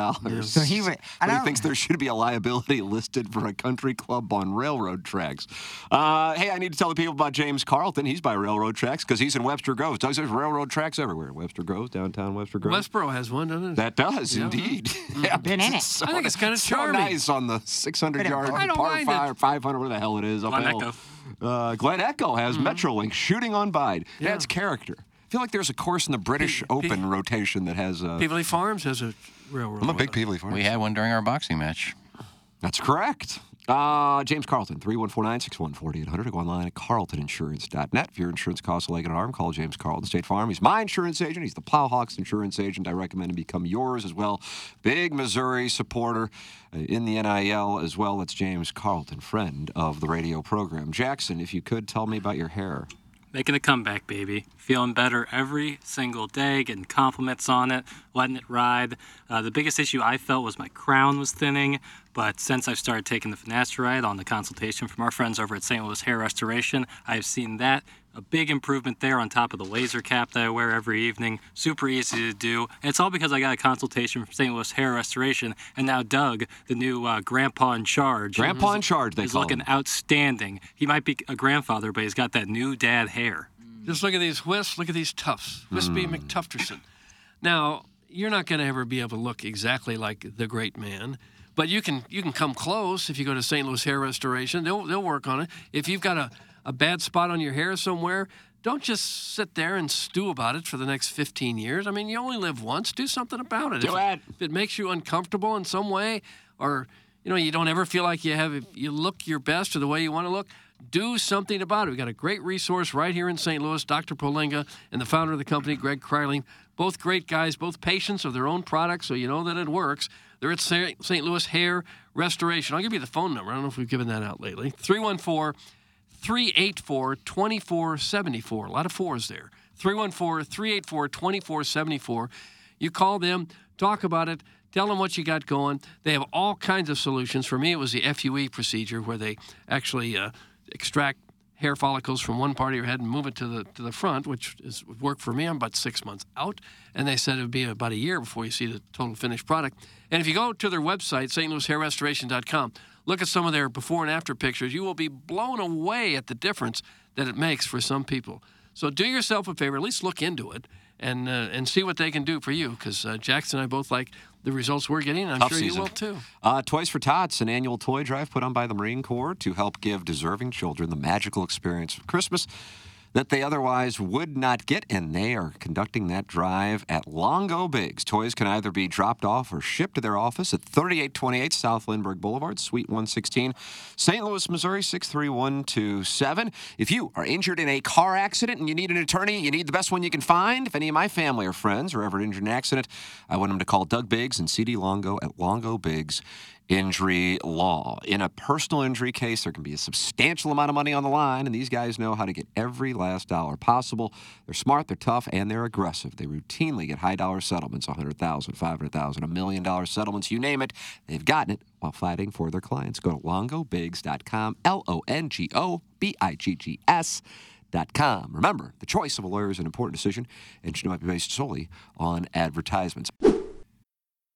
[SPEAKER 6] So
[SPEAKER 8] he wa-
[SPEAKER 6] but
[SPEAKER 8] and
[SPEAKER 6] he
[SPEAKER 8] I-
[SPEAKER 6] thinks there should be a liability listed for a country club on railroad tracks. Uh, hey, I need to tell the people about James Carlton. He's by railroad tracks because he's in Webster Groves. Doug, There's railroad tracks everywhere. Webster Groves, downtown Webster Groves.
[SPEAKER 7] Westboro has one, doesn't it?
[SPEAKER 6] That does
[SPEAKER 7] Yeah.
[SPEAKER 6] indeed. Yeah,
[SPEAKER 7] Been in it.
[SPEAKER 6] so-
[SPEAKER 7] I think it's kinda
[SPEAKER 6] so
[SPEAKER 7] charming.
[SPEAKER 6] nice on the 600
[SPEAKER 7] I don't-
[SPEAKER 6] yard
[SPEAKER 7] I don't
[SPEAKER 6] par
[SPEAKER 7] mind
[SPEAKER 6] five,
[SPEAKER 7] it.
[SPEAKER 6] or 500, where the hell it is up
[SPEAKER 7] Glen
[SPEAKER 6] hill.
[SPEAKER 7] Echo. Mm-hmm.
[SPEAKER 6] Uh, Glen Echo has Metrolink shooting on Bide. That's character. I feel like there's a course in the British Open rotation that has. Uh,
[SPEAKER 7] Peavely Farms has a railroad.
[SPEAKER 6] I'm a big Peevely fan.
[SPEAKER 5] We had one during our boxing match.
[SPEAKER 6] That's correct. Uh, James Carlton, 3149 614800. Go online at carltoninsurance.net. If your insurance costs a leg and an arm, call James Carlton State Farm. He's my insurance agent. He's the Plowhawks insurance agent. I recommend him become yours as well. Big Missouri supporter uh, in the NIL as well. That's James Carlton, friend of the radio program. Jackson, if you could tell me about your hair.
[SPEAKER 9] Making a comeback, baby. Feeling better every single day, getting compliments on it, letting it ride. Uh, the biggest issue I felt was my crown was thinning, but since I've started taking the finasteride on the consultation from our friends over at St. Louis Hair Restoration, I've seen that a big improvement there on top of the laser cap that I wear every evening. Super easy to do. And it's all because I got a consultation from St. Louis Hair Restoration, and now Doug, the new uh, grandpa in charge,
[SPEAKER 6] Grandpa in
[SPEAKER 9] is-
[SPEAKER 6] charge, they
[SPEAKER 9] is
[SPEAKER 6] call
[SPEAKER 9] looking
[SPEAKER 6] him.
[SPEAKER 9] outstanding. He might be a grandfather, but he's got that new dad hair.
[SPEAKER 7] Just look at these Whiffs. Look at these Tufts. Wispy
[SPEAKER 9] Mm.
[SPEAKER 7] McTufterson. Now, you're not going to ever be able to look exactly like the great man, but you can you can come close if you go to St. Louis Hair Restoration. They'll, they'll work on it. If you've got a, a bad spot on your hair somewhere, don't just sit there and stew about it for the next 15 years. I mean, you only live once. Do something about it.
[SPEAKER 6] Do
[SPEAKER 7] if, it. If it makes you uncomfortable in some way or you know, you don't ever feel like you have, if you look your best or the way you want to look, do something about it. We've got a great resource right here in St. Louis, Dr. Polinga and the founder of the company, Greg Kryling. Both great guys, both patients of their own products, so you know that it works. They're at St. Louis Hair Restoration. I'll give you the phone number. I don't know if we've given that out lately 314 384 2474. A lot of fours there. 314 384 2474. You call them, talk about it, tell them what you got going. They have all kinds of solutions. For me, it was the FUE procedure where they actually uh, extract hair follicles from one part of your head and move it to the to the front, which is would work for me. I'm about six months out, and they said it would be about a year before you see the total finished product. And if you go to their website, stlouishairrestoration.com, look at some of their before and after pictures. You will be blown away at the difference that it makes for some people. So do yourself a favor, at least look into it and uh, and see what they can do for you, because uh, Jackson and I both like the results we're getting, and I'm
[SPEAKER 6] Tough
[SPEAKER 7] sure you
[SPEAKER 6] season.
[SPEAKER 7] will too.
[SPEAKER 6] Uh, Toys for Tots, an annual toy drive put on by the Marine Corps to help give deserving children the magical experience of Christmas that they otherwise would not get, and they are conducting that drive at Longo Biggs. Toys can either be dropped off or shipped to their office at 3828 South Lindbergh Boulevard, Suite 116, St. Louis, Missouri 63127. If you are injured in a car accident and you need an attorney, you need the best one you can find. If any of my family or friends are ever injured in an accident, I want them to call Doug Biggs and CD Longo at Longo Biggs injury law. In a personal injury case, there can be a substantial amount of money on the line, and these guys know how to get every last dollar possible. They're smart, they're tough, and they're aggressive. They routinely get high dollar settlements 100000 500000 a million dollar settlements, you name it. They've gotten it while fighting for their clients. Go to longobiggs.com, L O N G O B I G G S. Dot com. Remember, the choice of a lawyer is an important decision and should not be based solely on advertisements.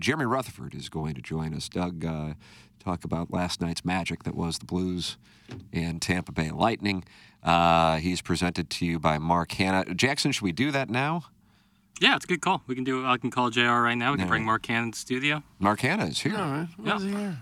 [SPEAKER 6] Jeremy Rutherford is going to join us. Doug, uh, talk about last night's magic that was the Blues and Tampa Bay Lightning. Uh, he's presented to you by Mark Hanna. Jackson, should we do that now?
[SPEAKER 9] Yeah, it's a good call. We can do. I can call Jr. right now. We can
[SPEAKER 6] No.
[SPEAKER 9] bring Mark Cannon to the studio.
[SPEAKER 6] Mark Hanna is here
[SPEAKER 9] right.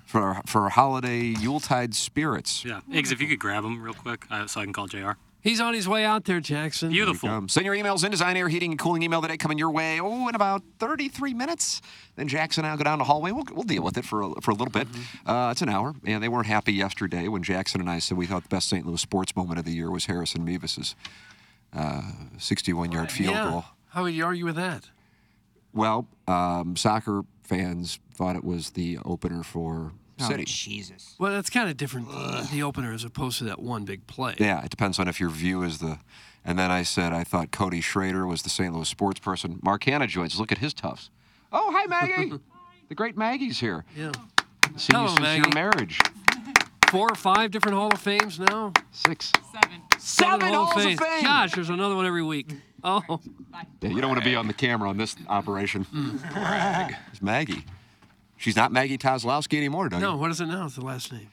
[SPEAKER 6] for for holiday Yuletide spirits.
[SPEAKER 9] Yeah, Iggs, if you could grab him real quick, uh, so I can call Jr.
[SPEAKER 7] He's on his way out there, Jackson.
[SPEAKER 9] Beautiful.
[SPEAKER 6] Um, send your emails in. Design Air Heating and Cooling email today coming your way. Oh, in about 33 minutes. Then Jackson and I will go down the hallway. We'll, we'll deal with it for a, for a little bit. Uh, it's an hour. And they weren't happy yesterday when Jackson and I said we thought the best St. Louis sports moment of the year was Harrison Mevis's 61 yard field
[SPEAKER 7] yeah.
[SPEAKER 6] goal.
[SPEAKER 7] How would you argue with that?
[SPEAKER 6] Well, um, soccer fans thought it was the opener for
[SPEAKER 7] Oh,
[SPEAKER 6] City.
[SPEAKER 8] Jesus.
[SPEAKER 7] Well, that's kind of different. than The opener as opposed to that one big play.
[SPEAKER 6] Yeah, it depends on if your view is the. And then I said I thought Cody Schrader was the St. Louis sports person. Mark Hanna joins. Look at his tufts. Oh, hi, Maggie. the great Maggie's here.
[SPEAKER 7] Yeah.
[SPEAKER 6] See
[SPEAKER 7] Hello,
[SPEAKER 6] you since
[SPEAKER 7] Oh, Maggie.
[SPEAKER 6] your marriage.
[SPEAKER 7] Four or five different Hall of Fames now.
[SPEAKER 6] Six.
[SPEAKER 7] Seven.
[SPEAKER 6] Seven
[SPEAKER 7] Hall
[SPEAKER 6] Halls of
[SPEAKER 7] Fames.
[SPEAKER 6] Fame.
[SPEAKER 7] Gosh, there's another one every week. Oh.
[SPEAKER 6] Yeah, you don't want to be on the camera on this operation. Brag. It's Maggie. She's not Maggie Toslowski anymore, Doug.
[SPEAKER 7] No, what is it now? It's the last name.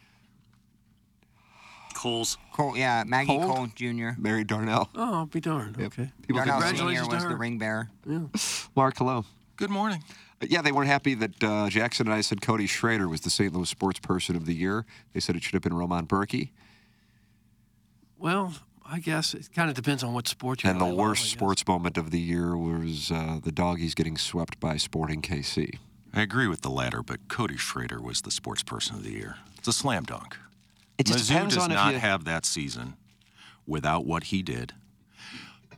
[SPEAKER 9] Coles.
[SPEAKER 8] Cole, yeah, Maggie
[SPEAKER 6] Cold?
[SPEAKER 8] Cole Jr.
[SPEAKER 6] Mary Darnell.
[SPEAKER 7] Oh, I'll be darned. Okay.
[SPEAKER 6] People
[SPEAKER 8] Darnell
[SPEAKER 6] think-
[SPEAKER 8] Senior was the ring bearer.
[SPEAKER 6] Mark, hello.
[SPEAKER 13] Good morning.
[SPEAKER 6] Yeah, they weren't happy that uh, Jackson and I said Cody Schrader was the St. Louis Sports Person of the Year. They said it should have been Roman Berkey.
[SPEAKER 7] Well, I guess it kind of depends on what sport you're
[SPEAKER 6] And the worst sports moment of the year was uh, the doggies getting swept by Sporting KC.
[SPEAKER 13] I agree with the latter, but Cody Schrader was the sports person of the year. It's a slam dunk.
[SPEAKER 6] It just
[SPEAKER 13] Mizzou
[SPEAKER 6] depends
[SPEAKER 13] does
[SPEAKER 6] on if
[SPEAKER 13] not
[SPEAKER 6] you-
[SPEAKER 13] have that season without what he did.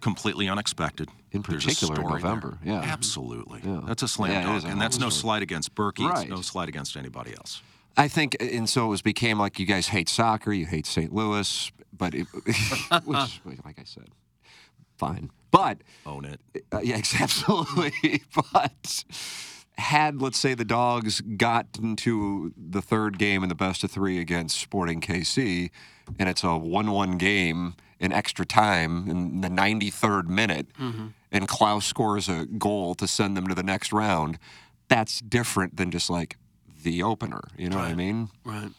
[SPEAKER 13] Completely unexpected. In
[SPEAKER 6] particular in November, yeah.
[SPEAKER 13] Absolutely. That's a slam
[SPEAKER 6] Yeah, it is
[SPEAKER 13] dunk,
[SPEAKER 6] a
[SPEAKER 13] and that's no
[SPEAKER 6] hell of a-
[SPEAKER 13] slight against Berkey.
[SPEAKER 6] Right.
[SPEAKER 13] It's no slight against anybody else.
[SPEAKER 6] I think, and so it was became like you guys hate soccer, you hate St. Louis, but it, which, like I said, fine. But
[SPEAKER 13] own it.
[SPEAKER 6] Uh, yeah, ex- absolutely. but had let's say the dogs gotten to the third game in the best of three against Sporting KC, and it's a one-one game in extra time in the 93rd minute,
[SPEAKER 8] Mm-hmm.
[SPEAKER 6] and Klaus scores a goal to send them to the next round, that's different than just like the opener. You know what I mean?
[SPEAKER 7] Right.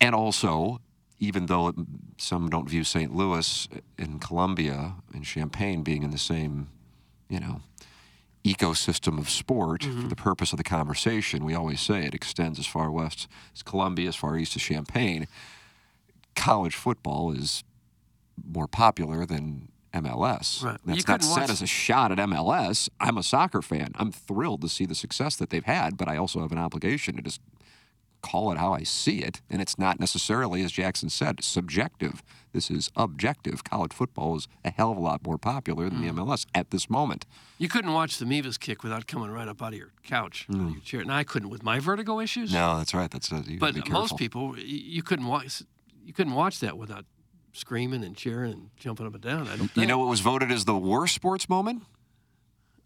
[SPEAKER 6] And also, even though it, some don't view St. Louis and Columbia and Champagne being in the same, you know, ecosystem of sport
[SPEAKER 7] Mm-hmm.
[SPEAKER 6] for the purpose of the conversation, we always say it extends as far west as Columbia, as far east as Champagne. College football is more popular than MLS.
[SPEAKER 7] Right. You
[SPEAKER 6] That's not
[SPEAKER 7] couldn't
[SPEAKER 6] said
[SPEAKER 7] watch-
[SPEAKER 6] as a shot at MLS. I'm a soccer fan. I'm thrilled to see the success that they've had, but I also have an obligation to just call it how I see it. And it's not necessarily, as Jackson said, subjective. This is objective. College football is a hell of a lot more popular than
[SPEAKER 7] Mm.
[SPEAKER 6] the MLS at this moment.
[SPEAKER 7] You couldn't watch the Mevis kick without coming right up out of your couch, out of
[SPEAKER 6] Mm.
[SPEAKER 7] your chair. And I couldn't with my vertigo issues.
[SPEAKER 6] No, that's right. That's uh, you gotta
[SPEAKER 7] but
[SPEAKER 6] be
[SPEAKER 7] most
[SPEAKER 6] careful.
[SPEAKER 7] people, y- you couldn't watch, you couldn't watch that without screaming and cheering and jumping up and down. I don't.
[SPEAKER 6] You know what was voted as the worst sports moment?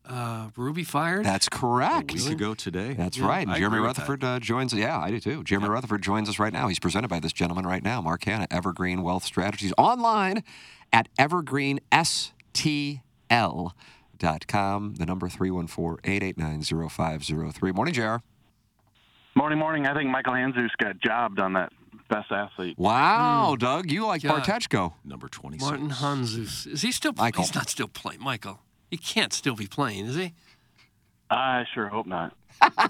[SPEAKER 7] Uh, Ruby fired.
[SPEAKER 6] That's correct.
[SPEAKER 7] Really?
[SPEAKER 13] today.
[SPEAKER 6] That's
[SPEAKER 7] Yeah,
[SPEAKER 6] right. And
[SPEAKER 7] I
[SPEAKER 6] Jeremy
[SPEAKER 7] agree with that.
[SPEAKER 6] Rutherford uh, joins. Yeah, I do too. Jeremy Rutherford joins us right now. He's presented by this gentleman right now, Mark Hanna, Evergreen Wealth Strategies, online at evergreenstl.com. The number 314-889-0503. Morning, JR.
[SPEAKER 14] Morning, morning. I think Michael Hanzus got jobbed on that best athlete.
[SPEAKER 6] Wow, Doug, you like uh,
[SPEAKER 7] God.
[SPEAKER 6] Bartechko.
[SPEAKER 13] Number 26.
[SPEAKER 7] Martin Hanzus. Is he still?
[SPEAKER 6] Michael.
[SPEAKER 7] He's not still playing. Michael. He can't still be playing, is he?
[SPEAKER 14] I sure hope not.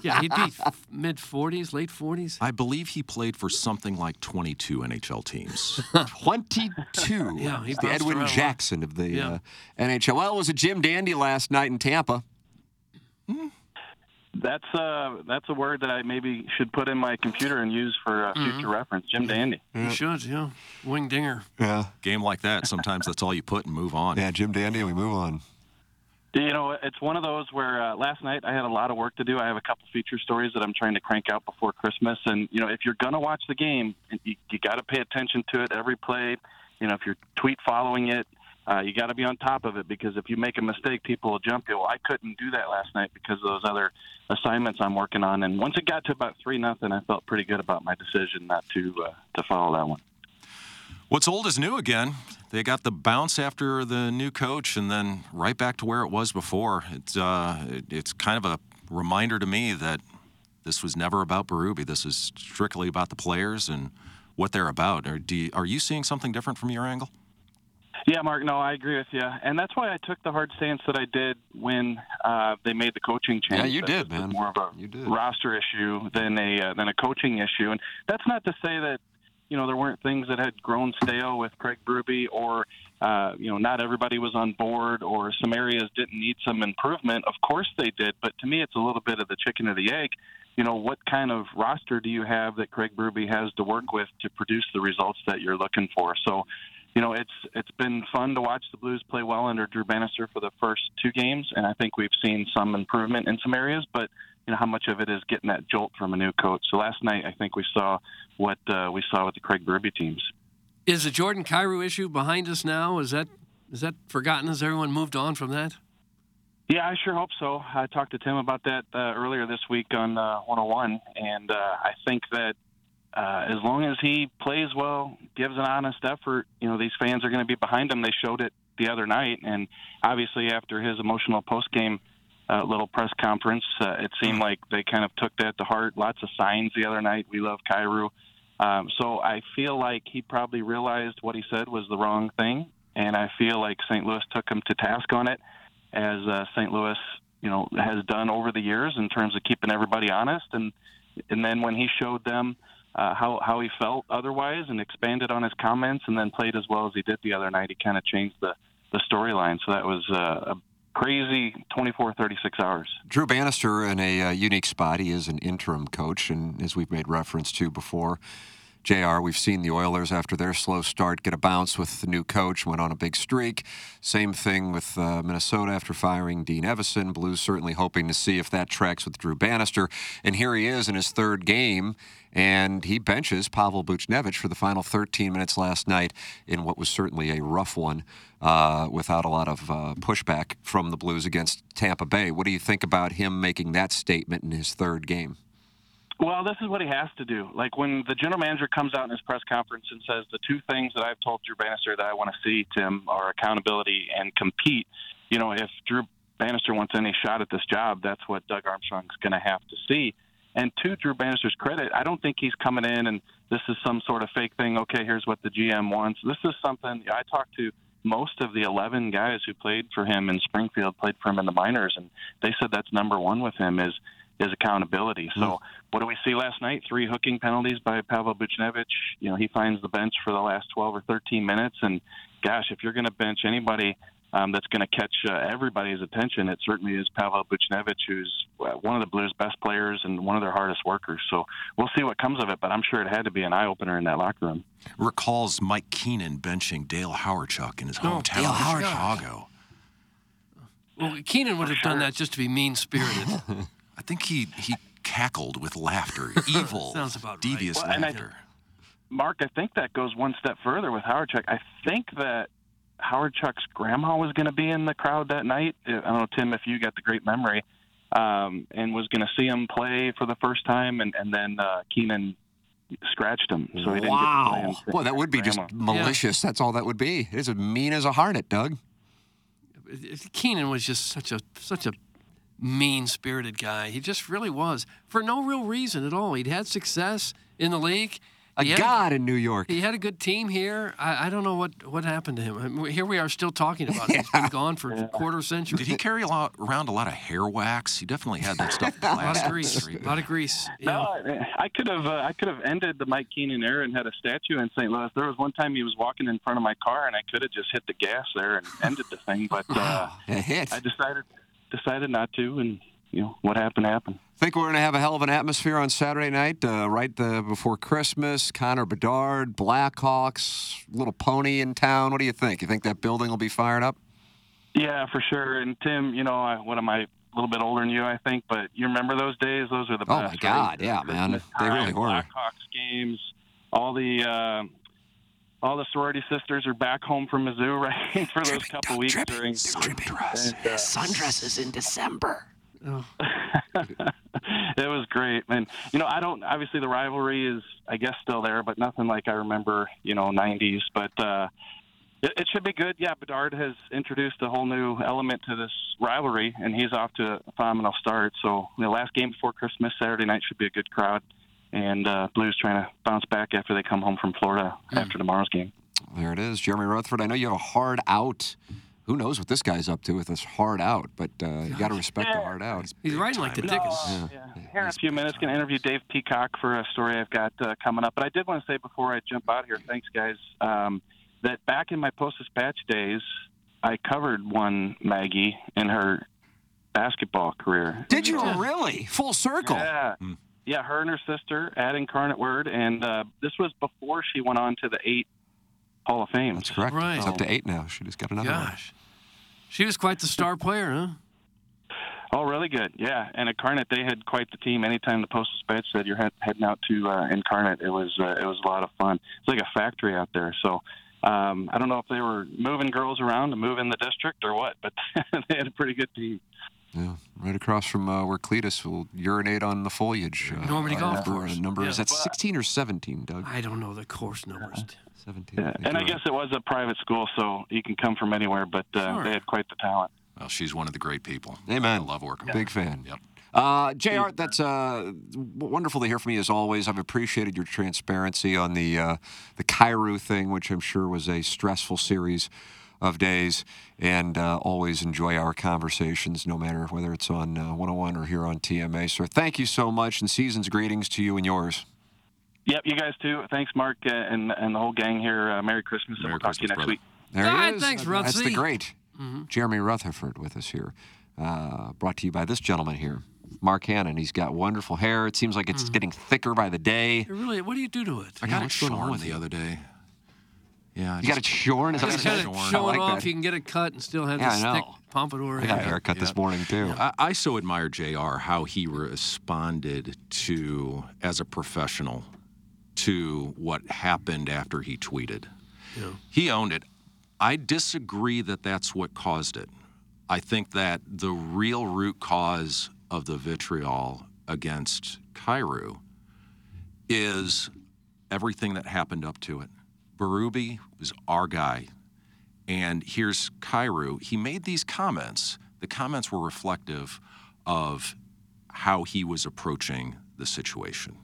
[SPEAKER 7] yeah, he'd be mid 40s, late 40s.
[SPEAKER 13] I believe he played for something like 22 NHL teams.
[SPEAKER 6] 22.
[SPEAKER 13] Yeah, he
[SPEAKER 6] He's the
[SPEAKER 13] bounced around a
[SPEAKER 6] Edwin
[SPEAKER 13] lot.
[SPEAKER 6] Jackson of the
[SPEAKER 13] Yeah.
[SPEAKER 6] uh, NHL. Well, it was a Jim Dandy last night in Tampa.
[SPEAKER 14] That's uh, that's a word that I maybe should put in my computer and use for uh, future reference. Jim Dandy.
[SPEAKER 7] Mm-hmm. You should, yeah. Wing dinger.
[SPEAKER 6] Yeah.
[SPEAKER 13] Game like that, sometimes that's all you put and move on.
[SPEAKER 6] Yeah, Jim Dandy, we move on.
[SPEAKER 14] You know, it's one of those where uh, last night I had a lot of work to do. I have a couple feature stories that I'm trying to crank out before Christmas, and you know, if you're gonna watch the game, you, you got to pay attention to it every play. You know, if you're tweet following it, uh, you got to be on top of it because if you make a mistake, people will jump you. Well, I couldn't do that last night because of those other assignments I'm working on, and once it got to about three nothing, I felt pretty good about my decision not to uh, to follow that one.
[SPEAKER 13] What's old is new again. They got the bounce after the new coach, and then right back to where it was before. It's uh, it- it's kind of a reminder to me that this was never about Berube. This is strictly about the players and what they're about. Or do you, are you seeing something different from your angle?
[SPEAKER 14] Yeah, Mark. No, I agree with you, and that's why I took the hard stance that I did when uh, they made the coaching change.
[SPEAKER 6] Yeah, you
[SPEAKER 14] That
[SPEAKER 6] did,
[SPEAKER 14] this is
[SPEAKER 6] man.
[SPEAKER 14] More of a
[SPEAKER 6] You did.
[SPEAKER 14] roster issue than a uh, than a coaching issue, and that's not to say that you know there weren't things that had grown stale with Craig Bruby, or uh, you know not everybody was on board, or some areas didn't need some improvement. Of course they did, but to me it's a little bit of the chicken or the egg. You know what kind of roster do you have that Craig Bruby has to work with to produce the results that you're looking for? So you know, it's it's been fun to watch the Blues play well under Drew Bannister for the first two games, and I think we've seen some improvement in some areas. But you know, how much of it is getting that jolt from a new coach? So last night, I think we saw what uh, we saw with the Craig Berube teams.
[SPEAKER 7] Is the Jordan Cairo issue behind us now? Is that is that forgotten? Has everyone moved on from that?
[SPEAKER 14] Yeah, I sure hope so. I talked to Tim about that uh, earlier this week on uh, 101, and uh, I think that uh, as long as he plays well, gives an honest effort, you know, these fans are going to be behind him. They showed it the other night, and obviously after his emotional postgame uh, little press conference, uh, it seemed like they kind of took that to heart. Lots of signs the other night. We love Cairo. Um, so I feel like he probably realized what he said was the wrong thing, and I feel like St. Louis took him to task on it, as uh, St. Louis, you know, has done over the years in terms of keeping everybody honest. And and then when he showed them uh, how how he felt otherwise, and expanded on his comments, and then played as well as he did the other night, he kind of changed the the storyline. So that was uh, a crazy 24, 36 hours.
[SPEAKER 6] Drew Bannister in a uh, unique spot. He is an interim coach, and as we've made reference to before, JR, we've seen the Oilers after their slow start get a bounce with the new coach, went on a big streak. Same thing with uh, Minnesota after firing Dean Evison. Blues certainly hoping to see if that tracks with Drew Bannister. And here he is in his third game, and he benches Pavel Buchnevich for the final 13 minutes last night in what was certainly a rough one uh, without a lot of uh, pushback from the Blues against Tampa Bay. What do you think about him making that statement in his third game?
[SPEAKER 14] Well, this is what he has to do. Like when the general manager comes out in his press conference and says the two things that I've told Drew Bannister that I want to see, Tim, are accountability and compete. You know, if Drew Bannister wants any shot at this job, that's what Doug Armstrong's going to have to see. And to Drew Bannister's credit, I don't think he's coming in and this is some sort of fake thing. Okay, here's what the GM wants. This is something I talked to most of the 11 guys who played for him in Springfield, played for him in the minors, and they said that's number one with him is is accountability. So what do we see last night? Three hooking penalties by Pavel Buchnevich. You know, he finds the bench for the last 12 or 13 minutes. And gosh, if you're going to bench anybody um, that's going to catch uh, everybody's attention, it certainly is Pavel Buchnevich, who's uh, one of the Blues' best players and one of their hardest workers. So we'll see what comes of it. But I'm sure it had to be an eye opener in that locker room.
[SPEAKER 13] Recalls Mike Keenan benching Dale Howarchuk in his hometown
[SPEAKER 7] Dale
[SPEAKER 13] of
[SPEAKER 7] Howarchuk.
[SPEAKER 13] Chicago.
[SPEAKER 7] Well, Keenan would have done that just to be mean spirited.
[SPEAKER 13] I think he he cackled with laughter, evil,
[SPEAKER 7] Sounds about right.
[SPEAKER 13] devious
[SPEAKER 14] Well, and I-
[SPEAKER 13] laughter.
[SPEAKER 14] Mark, I think that goes one step further with Howard Chuck. I think that Howard Chuck's grandma was going to be in the crowd that night. I don't know, Tim, if you got the great memory, um, and was going to see him play for the first time, and, and then uh, Keenan scratched him, so he didn't get to play him.
[SPEAKER 6] Wow. Well, that would be just
[SPEAKER 14] Grandma.
[SPEAKER 6] malicious. That's all that would be. It's as mean as a harnett, Doug.
[SPEAKER 7] Keenan was just such a such a mean spirited guy. He just really was for no real reason at all. He'd had success in the league.
[SPEAKER 6] A
[SPEAKER 7] He had
[SPEAKER 6] god in New York.
[SPEAKER 7] He had a good team here. I, I don't know what, what happened to him. I mean, here we are still talking about him. He's been gone for a quarter century.
[SPEAKER 13] Did he carry a lot, around a lot of hair wax? He definitely had that stuff
[SPEAKER 7] a lot of
[SPEAKER 13] plastered.
[SPEAKER 7] grease? A lot of grease.
[SPEAKER 14] No, I, I could have uh, I could have ended the Mike Keenan era and had a statue in St. Louis. There was one time he was walking in front of my car and I could have just hit the gas there and ended the thing, but uh, I decided decided not to, and you know what happened happened.
[SPEAKER 6] Think we're going to have a hell of an atmosphere on Saturday night, uh, right the, before Christmas. Connor Bedard, Blackhawks, Little Pony in town. What do you think? You think that building will be fired up?
[SPEAKER 14] Yeah, for sure. And Tim, you know, I, what am I? A little bit older than you, I think, but you remember those days? Those were the
[SPEAKER 6] Oh,
[SPEAKER 14] best.
[SPEAKER 6] my God,
[SPEAKER 14] right?
[SPEAKER 6] yeah, man.
[SPEAKER 14] Christmas
[SPEAKER 6] They
[SPEAKER 14] time,
[SPEAKER 6] really were.
[SPEAKER 14] Blackhawks games, all the uh, all the sorority sisters are back home from Mizzou, right? for those couple weeks during sundress.
[SPEAKER 15] Sundresses in December.
[SPEAKER 14] it was great and you know i don't obviously the rivalry is i guess still there but nothing like i remember you know 90s but uh it, it should be good yeah bedard has introduced a whole new element to this rivalry and he's off to a phenomenal start so the last game before christmas saturday night should be a good crowd and uh blues trying to bounce back after they come home from florida after tomorrow's game
[SPEAKER 6] There it is. Jeremy Rutherford, I know you have a hard out. Who knows what this guy's up to with this hard out, but uh, you got to respect the hard out.
[SPEAKER 7] He's writing like the Dickens.
[SPEAKER 14] Here in a few minutes, going to interview Dave Peacock for a story I've got uh, coming up. But I did want to say before I jump out here, thanks guys, um, that back in my Post Dispatch days, I covered one Maggie in her basketball career.
[SPEAKER 6] Did you really? Full circle.
[SPEAKER 14] Yeah. Yeah, her and her sister at Incarnate Word, and uh, this was before she went on to the eight Hall of Fame. That's
[SPEAKER 6] correct.
[SPEAKER 7] Right.
[SPEAKER 6] It's up to eight now. She just got another one.
[SPEAKER 7] Gosh. She was quite the star player, huh?
[SPEAKER 14] Oh, really good. Yeah, and Incarnate they had quite the team. Anytime the Post Dispatch said you're head, heading out to uh, Incarnate, it was uh, it was a lot of fun. It's like a factory out there. So um, I don't know if they were moving girls around to move in the district or what, but they had a pretty good team.
[SPEAKER 6] Yeah, right across from uh, where Cletus will urinate on the foliage. Uh,
[SPEAKER 14] Normandy
[SPEAKER 6] uh,
[SPEAKER 14] Golf
[SPEAKER 6] number-
[SPEAKER 14] Course.
[SPEAKER 6] Number
[SPEAKER 14] Yeah.
[SPEAKER 6] is that 16 or 17, Doug?
[SPEAKER 7] I don't know the course numbers.
[SPEAKER 6] 17.
[SPEAKER 14] Yeah. And I guess it was a private school, so you can come from anywhere. But uh,
[SPEAKER 13] Sure.
[SPEAKER 14] they had quite the talent.
[SPEAKER 13] Well, she's one of the great people.
[SPEAKER 6] Amen.
[SPEAKER 13] I love working. with
[SPEAKER 6] Big
[SPEAKER 13] her.
[SPEAKER 6] fan. Yep. Uh, JR, that's uh, w- wonderful to hear from you as always. I've appreciated your transparency on the uh, the Cairo thing, which I'm sure was a stressful series of days, and uh, always enjoy our conversations, no matter whether it's on uh, 101 or here on TMA. Sir, thank you so much, and season's greetings to you and yours.
[SPEAKER 14] Yep, you guys too. Thanks, Mark, uh, and and the whole gang here. Uh, Merry Christmas, and we'll talk to you next week.
[SPEAKER 6] There
[SPEAKER 14] All
[SPEAKER 6] he
[SPEAKER 7] Ah,
[SPEAKER 14] right,
[SPEAKER 6] is.
[SPEAKER 14] thanks,
[SPEAKER 6] That's the
[SPEAKER 14] Rutsy.
[SPEAKER 6] great
[SPEAKER 7] Mm-hmm.
[SPEAKER 6] Jeremy Rutherford with us here. Uh, brought to you by this gentleman here, Mark Hannon. He's got wonderful hair. It seems like it's
[SPEAKER 7] Mm-hmm.
[SPEAKER 6] getting thicker by the day.
[SPEAKER 7] It really, what do you do to it?
[SPEAKER 13] I got it shorn the other day. Yeah, I
[SPEAKER 6] You got it shorn? Is that
[SPEAKER 7] Just
[SPEAKER 6] what it
[SPEAKER 7] kinda
[SPEAKER 6] is?
[SPEAKER 7] show
[SPEAKER 6] I
[SPEAKER 7] it
[SPEAKER 6] like
[SPEAKER 7] off.
[SPEAKER 6] that.
[SPEAKER 7] You can get it cut and still have
[SPEAKER 13] Yeah,
[SPEAKER 7] this
[SPEAKER 13] I
[SPEAKER 7] thick
[SPEAKER 13] know.
[SPEAKER 7] pompadour. hair.
[SPEAKER 6] this morning too.
[SPEAKER 13] I, I so admire Jr. how he responded to as a professional to what happened after he tweeted.
[SPEAKER 7] Yeah.
[SPEAKER 13] He owned it. I disagree that that's what caused it. I think that the real root cause of the vitriol against Cairo is everything that happened up to it. Berube was our guy. And here's Cairo. He made these comments. The comments were reflective of how he was approaching the situation.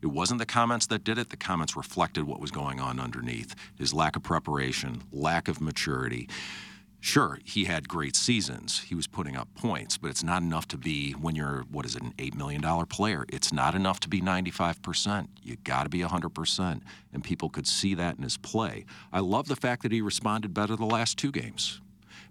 [SPEAKER 13] It wasn't the comments that did it. The comments reflected what was going on underneath his lack of preparation, lack of maturity. Sure, he had great seasons. He was putting up points, but it's not enough to be, when you're, what is it, an $8 million player, it's not enough to be 95%. You got to be 100%. And people could see that in his play. I love the fact that he responded better the last two games.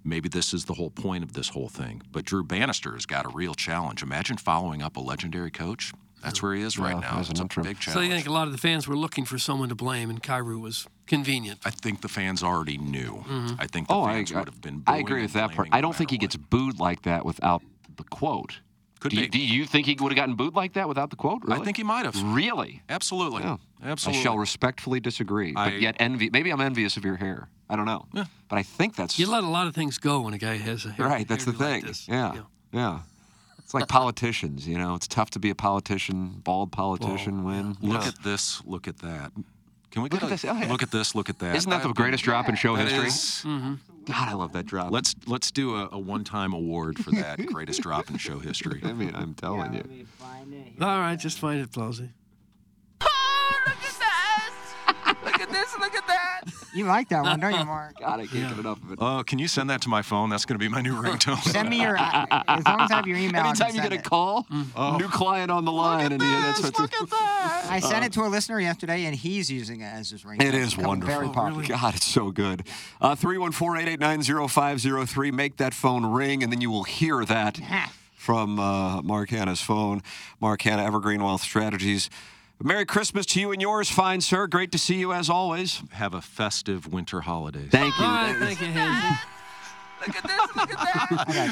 [SPEAKER 13] Maybe this is the whole point of this whole thing. But Drew Bannister has got a real challenge. Imagine following up a legendary coach. That's where he is right
[SPEAKER 6] Yeah,
[SPEAKER 13] now.
[SPEAKER 6] as an
[SPEAKER 13] It's a
[SPEAKER 6] interim.
[SPEAKER 13] big
[SPEAKER 7] So you
[SPEAKER 13] challenge.
[SPEAKER 7] think a lot of the fans were looking for someone to blame, and Cairo was convenient.
[SPEAKER 13] I think the fans already knew.
[SPEAKER 7] Mhm.
[SPEAKER 13] I think the
[SPEAKER 7] Oh, I-
[SPEAKER 13] fans
[SPEAKER 7] I-
[SPEAKER 13] would have been.
[SPEAKER 16] I
[SPEAKER 13] booing
[SPEAKER 16] agree
[SPEAKER 13] and
[SPEAKER 16] with that part.
[SPEAKER 13] blaming
[SPEAKER 16] I
[SPEAKER 13] no
[SPEAKER 16] don't think he gets booed like that without the quote.
[SPEAKER 13] Could
[SPEAKER 16] do, You,
[SPEAKER 13] be.
[SPEAKER 16] do you think he would have gotten booed like that without the quote?
[SPEAKER 13] I
[SPEAKER 16] Really?
[SPEAKER 13] think he might have.
[SPEAKER 16] Really?
[SPEAKER 13] Absolutely.
[SPEAKER 16] Yeah.
[SPEAKER 13] Absolutely.
[SPEAKER 16] I shall respectfully disagree,
[SPEAKER 13] I-
[SPEAKER 16] but yet envy. Maybe I'm envious of your hair. I don't know.
[SPEAKER 7] Yeah.
[SPEAKER 16] But I think that's
[SPEAKER 7] You let a lot of things go when a guy has a hair.
[SPEAKER 16] right. That's the
[SPEAKER 7] hairdo like
[SPEAKER 16] thing.
[SPEAKER 7] this.
[SPEAKER 16] yeah. yeah. It's like politicians. You know, it's tough to be a politician. Bald politician win.
[SPEAKER 13] Look
[SPEAKER 16] Yeah.
[SPEAKER 13] at this. Look at that. Can we
[SPEAKER 16] Look
[SPEAKER 13] get
[SPEAKER 16] at
[SPEAKER 13] a-
[SPEAKER 16] this, oh, yeah.
[SPEAKER 13] look at this? Look at that.
[SPEAKER 16] Isn't that the
[SPEAKER 13] I've
[SPEAKER 16] greatest
[SPEAKER 13] been-
[SPEAKER 16] drop in show
[SPEAKER 13] That
[SPEAKER 16] history?
[SPEAKER 13] is-
[SPEAKER 8] Mm-hmm.
[SPEAKER 16] God, I love that drop.
[SPEAKER 13] Let's let's do a, a one-time award for that greatest drop in show history. I
[SPEAKER 16] mean, I'm telling you.
[SPEAKER 7] All right, just find it, Blousy.
[SPEAKER 4] Oh, Look at this, look at that.
[SPEAKER 8] You like that one, don't you, Mark?
[SPEAKER 16] God, I can't get enough of it.
[SPEAKER 13] Oh, can you send that to my phone? That's going to be my new ringtone.
[SPEAKER 8] Send me your- as long as I have your email, I can
[SPEAKER 16] Anytime you
[SPEAKER 8] send
[SPEAKER 16] get a
[SPEAKER 8] it.
[SPEAKER 16] call, new client on the line, and yeah, that's what.
[SPEAKER 8] I sent it to a listener yesterday, and he's using it as his ringtone.
[SPEAKER 6] Uh, It is
[SPEAKER 8] It's become
[SPEAKER 6] wonderful.
[SPEAKER 8] Very popular. Oh,
[SPEAKER 6] God, it's so good. Uh, 314-889-0503. Make that phone ring, and then you will hear that from uh, Mark Hanna's phone. Mark Hanna, Evergreen Wealth Strategies. Merry Christmas to you and yours, fine sir. Great to see you as always.
[SPEAKER 13] Have a festive winter holiday.
[SPEAKER 6] Thank you.
[SPEAKER 7] All right, thank you, Hayes.